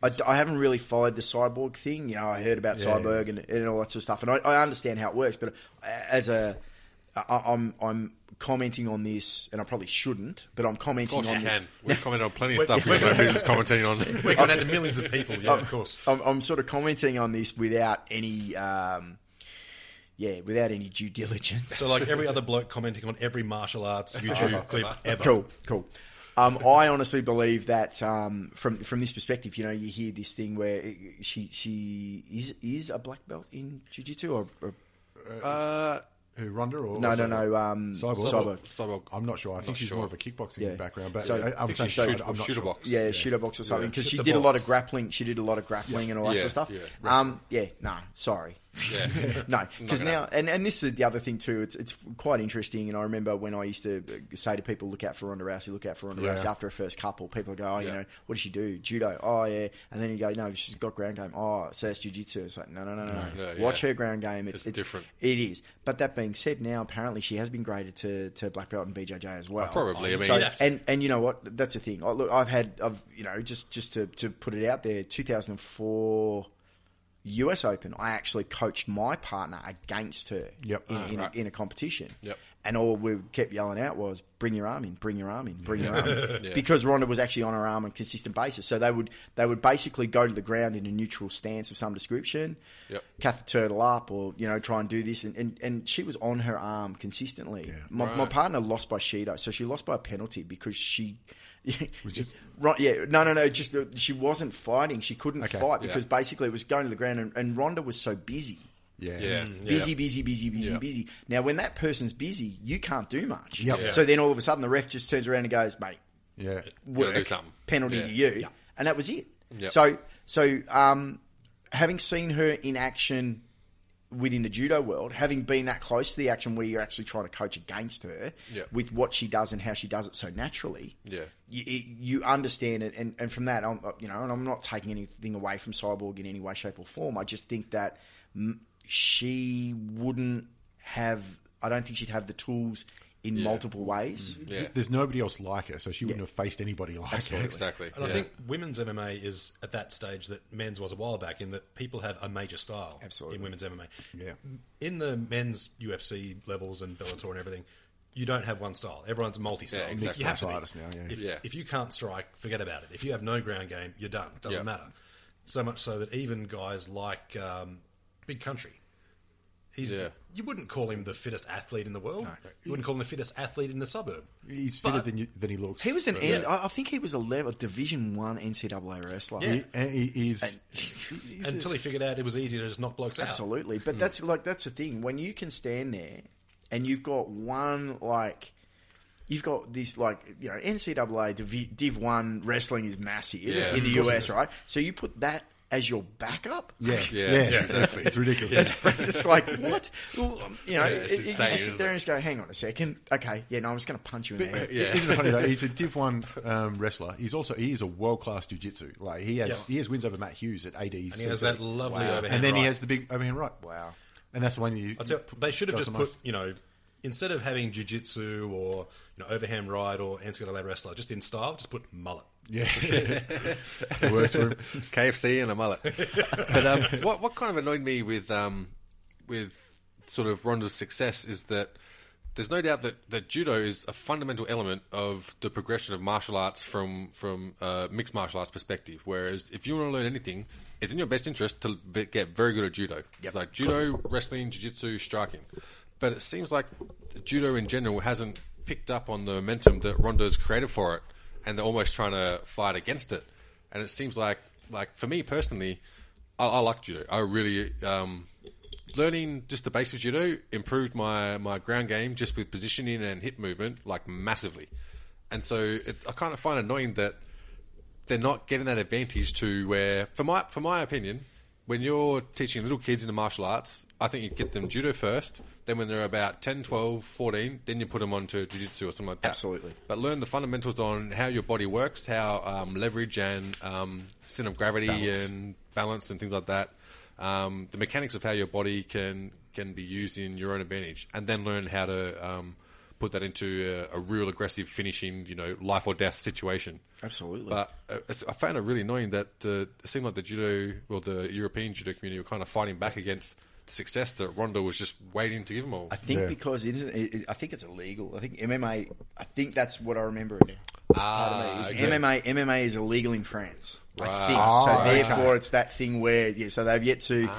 I, d- I haven't really followed the cyborg thing. You know, I heard about cyborg and, and all that sort of stuff, and I, I understand how it works. But uh, as a, I, I'm I'm commenting on this, and I probably shouldn't, but I'm Of commenting course, on you the- can. We've commented on plenty of stuff. We've got no business commenting on. We're going to add to millions of people. Yeah, of course. I'm, I'm sort of commenting on this without any, um, yeah, without any due diligence. So like every other bloke commenting on every martial arts YouTube clip ever. Cool, cool. Um, I honestly believe that um, from from this perspective, you know, you hear this thing where it- she she is is a black belt in jiu jitsu or, or Uh, who Ronda or no or no Cyborg? no um, Cyborg. cyborg. Cyborg. I'm not sure. I think Not she's sure. more of a kickboxing Yeah. background, but So- I, I am think saying she's shoot- I'm not shooter sure. box. Yeah, shooter box or something because she the did a lot box. of grappling. She did a lot of grappling and all that Yeah, sort of yeah, stuff. um, yeah, no, sorry, no, because gonna now and, and this is the other thing too. It's it's quite interesting, and I remember when I used to uh, say to people, "Look out for Ronda Rousey, look out for Ronda Yeah. Rousey." After her first couple, people go, "Oh, you Yeah. know, what does she do? Judo? Oh, yeah." And then you go, "No, she's got ground game. Oh, so that's jiu-jitsu. It's like, no, no, no, no. No, Watch yeah. her ground game. It's, It's different. It is. But that being said, now apparently she has been graded to, to black belt and BJJ as well. Probably. I mean, So, have to. and and you know what? That's the thing. I, look, I've had, I've you know, just just to to put it out there, 2004 U.S. Open, I actually coached my partner against her Yep. in Ah, in, right. a, in a competition. Yep. And all we kept yelling out was, "Bring your arm in! Bring your arm in! Bring your arm in!" Because Ronda was actually on her arm on a consistent basis. So they would they would basically go to the ground in a neutral stance of some description, Yep. cath turtle up, or you know try and do this. And and, and she was on her arm consistently. My, my Right. partner lost by Shido, so she lost by a penalty because she. just- right, yeah, no, no, no. Just uh, she wasn't fighting. She couldn't Okay, fight yeah. because basically it was going to the ground, and, and Ronda was so busy, Yeah. yeah, Mm. busy, busy, busy, busy, Yeah. busy. Now, when that person's busy, you can't do much. Yep. Yeah. So then all of a sudden, the ref just turns around and goes, "Mate, Yeah. Gotta do work something. penalty Yeah. to you," and that was it. Yep. So, so um, having seen her in action within the judo world, having been that close to the action where you're actually trying to coach against her Yep. with what she does and how she does it so naturally, Yeah. you, you understand it, and, and from that, I'm you know, and I'm not taking anything away from Cyborg in any way, shape, or form. I just think that mm, she wouldn't have. I don't think she'd have the tools in multiple ways. Yeah. There's nobody else like her, so she wouldn't have faced anybody like her. Exactly. And I yeah. think women's MMA is at that stage that men's was a while back, in that people have a major style Absolutely. in women's MMA. Yeah. In the men's UFC levels and Bellator and everything, you don't have one style. Everyone's multi-style. Yeah, exactly. Mixed You have to be. martial artists now, yeah. If, Yeah. if you can't strike, forget about it. If you have no ground game, you're done. Doesn't Yeah. matter. So much so that even guys like um, Big Country, he's Yeah. you wouldn't call him the fittest athlete in the world. You wouldn't call him the fittest athlete in the suburb. He's fitter But- than, you, than he looks. He was an. But- N- I I think he was a level Division One NCAA wrestler. He, and he is. he's a- Until he figured out it was easy to just knock blokes out. Absolutely, Hmm. but that's like that's the thing. When you can stand there and you've got one like you've got this like you know NCAA Div, Div One wrestling is massive Yeah. in the Of course US, right? So you put that as your backup. yeah, Yeah, yeah, yeah, It's, exactly. it's ridiculous. it's like what well, um, you know. Yeah, it's it- it- you insane, just isn't sit there it? and just go, "Hang on a second, okay, yeah, no, I'm just going to punch you in the head." Yeah. Isn't it funny though? He's a Div One um, wrestler. He's also he is a world class jiu jitsu. Like he has Yeah. he has wins over Matt Hughes at AD. And he has that lovely overhand and then he right. has the big overhand right. Wow. And that's the one you. I'll tell they should have does just the put, most. you know, instead of having jiu-jitsu or you know overhand ride or NCAA wrestler, just in style, just put mullet. Yeah, it works for him. KFC and a mullet. but um, what what kind of annoyed me with um, with sort of Ronda's success is that there's no doubt that, that judo is a fundamental element of the progression of martial arts from from a mixed martial arts perspective. Whereas if you want to learn anything, it's in your best interest to be- get very good at judo. It's like judo, wrestling, jiu-jitsu, striking. But it seems like judo in general hasn't picked up on the momentum that Ronda's created for it, and they're almost trying to fight against it and it seems like like for me personally, I, I like judo. I really um, learning just the basics of judo improved my my ground game just with positioning and hip movement like massively, and so it, I kind of find annoying that they're not getting that advantage to where for my for my opinion. When you're teaching little kids into martial arts, I think you get them judo first. Then when they're about 10, 12, 14, then you put them onto jiu-jitsu or something like that. Absolutely. But learn the fundamentals on how your body works, how um, leverage and um, center of gravity and balance and things like that. Um, the mechanics of how your body can can be used in your own advantage, and then learn how to um, put that into a, a real aggressive finishing, you know, life or death situation. Absolutely. But uh, it's, I found it really annoying that uh, it seemed like the judo, well, the European judo community were kind of fighting back against the success that Ronda was just waiting to give them all. I think Yeah. because it isn't, it, it- I think it's illegal. I think MMA. I think that's what I remember it now. Ah, MMA. MMA is illegal in France. I think. so therefore, it's that thing where yeah. So they've yet to.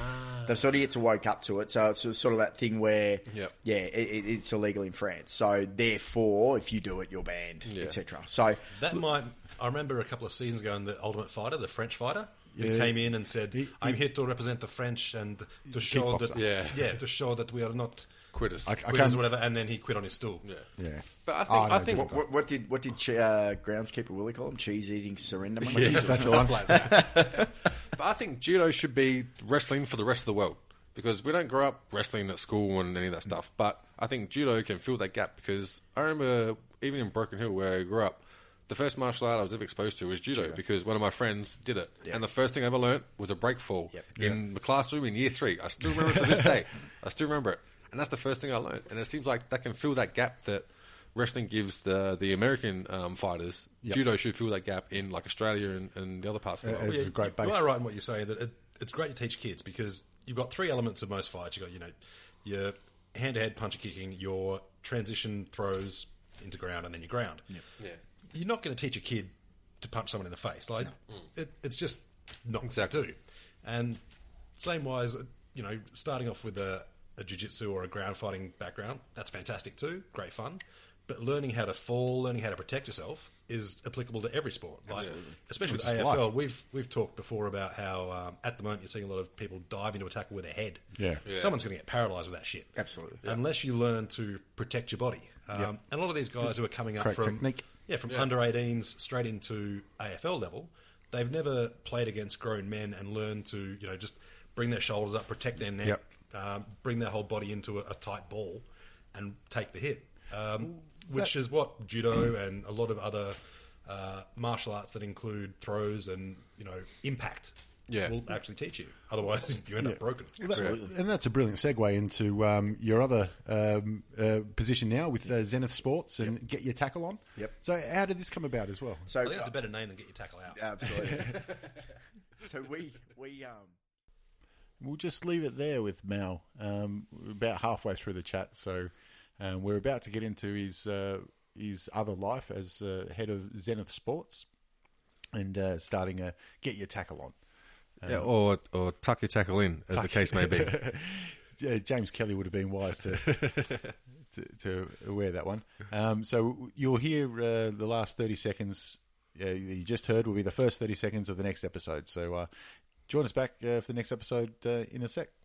They've sort of yet to woke up to it. So it's just sort of that thing where Yep. yeah, it, it, it's illegal in France. So therefore, if you do it, you're banned, etc. So That might. I remember a couple of seasons ago in the Ultimate Fighter, the French fighter, who Yeah. came in and said, He- "I'm he- here to represent the French and to show that, kickboxer. Yeah. to show that we are not Quitters. I quitters can't- or whatever." And then he quit on his stool. yeah. Yeah, But I think, Oh, no, I think what, what, what did what did che- uh, groundskeeper Willie call him? Cheese eating surrender monkey. that's the one. But I think judo should be wrestling for the rest of the world because we don't grow up wrestling at school and any of that stuff. But I think judo can fill that gap because I remember even in Broken Hill where I grew up, the first martial art I was ever exposed to was judo, because one of my friends did it. And the first thing I ever learnt was a break fall in the classroom in year three. I still remember it to this day. I still remember it. And that's the first thing I learnt. And it seems like that can fill that gap that wrestling gives the the American um, fighters. Judo should fill that gap in like Australia and, and the other parts of the world. It's a great You base. are right in what you're saying that it, it's great to teach kids because you've got three elements of most fights. You've got, you know, your hand to hand puncher kicking, your transition throws into ground, and then your ground. You're not going to teach a kid to punch someone in the face. Like, it, it's just not exactly. do. And same wise, you know, starting off with a, a jiu jitsu or a ground fighting background, that's fantastic too. Great fun. But learning how to fall, learning how to protect yourself is applicable to every sport. Like, especially with AFL, we've we've talked before about how um, at the moment you're seeing a lot of people dive into a tackle with their head. Yeah. Yeah. someone's going to get paralysed with that shit. Absolutely. unless you learn to protect your body. Um, And a lot of these guys who are coming up Correct from technique. yeah from under 18s straight into AFL level, they've never played against grown men and learned to you know just bring their shoulders up, protect their neck, um, bring their whole body into a, a tight ball, and take the hit. Um, which is what judo and a lot of other uh, martial arts that include throws and you know impact Yeah. will actually teach you. Otherwise, you end up broken. And that's a brilliant segue into um, your other um, uh, position now with uh, Zenith Sports and get your tackle on. Yep. So how did this come about as well? So uh, I think that's a better name than get your tackle out. absolutely. so we we um We'll just leave it there with Mal. Um, we're about halfway through the chat, so um, we're about to get into his uh, his other life as uh, head of Zenith Sports and uh, starting a get your tackle on. yeah, or or tuck your tackle in, as the case may be. Yeah, James Kelly would have been wise to to, to wear that one. Um, so you'll hear uh, the last thirty seconds uh, that you just heard will be the first thirty seconds of the next episode. So uh, join us back uh, for the next episode uh, in a sec.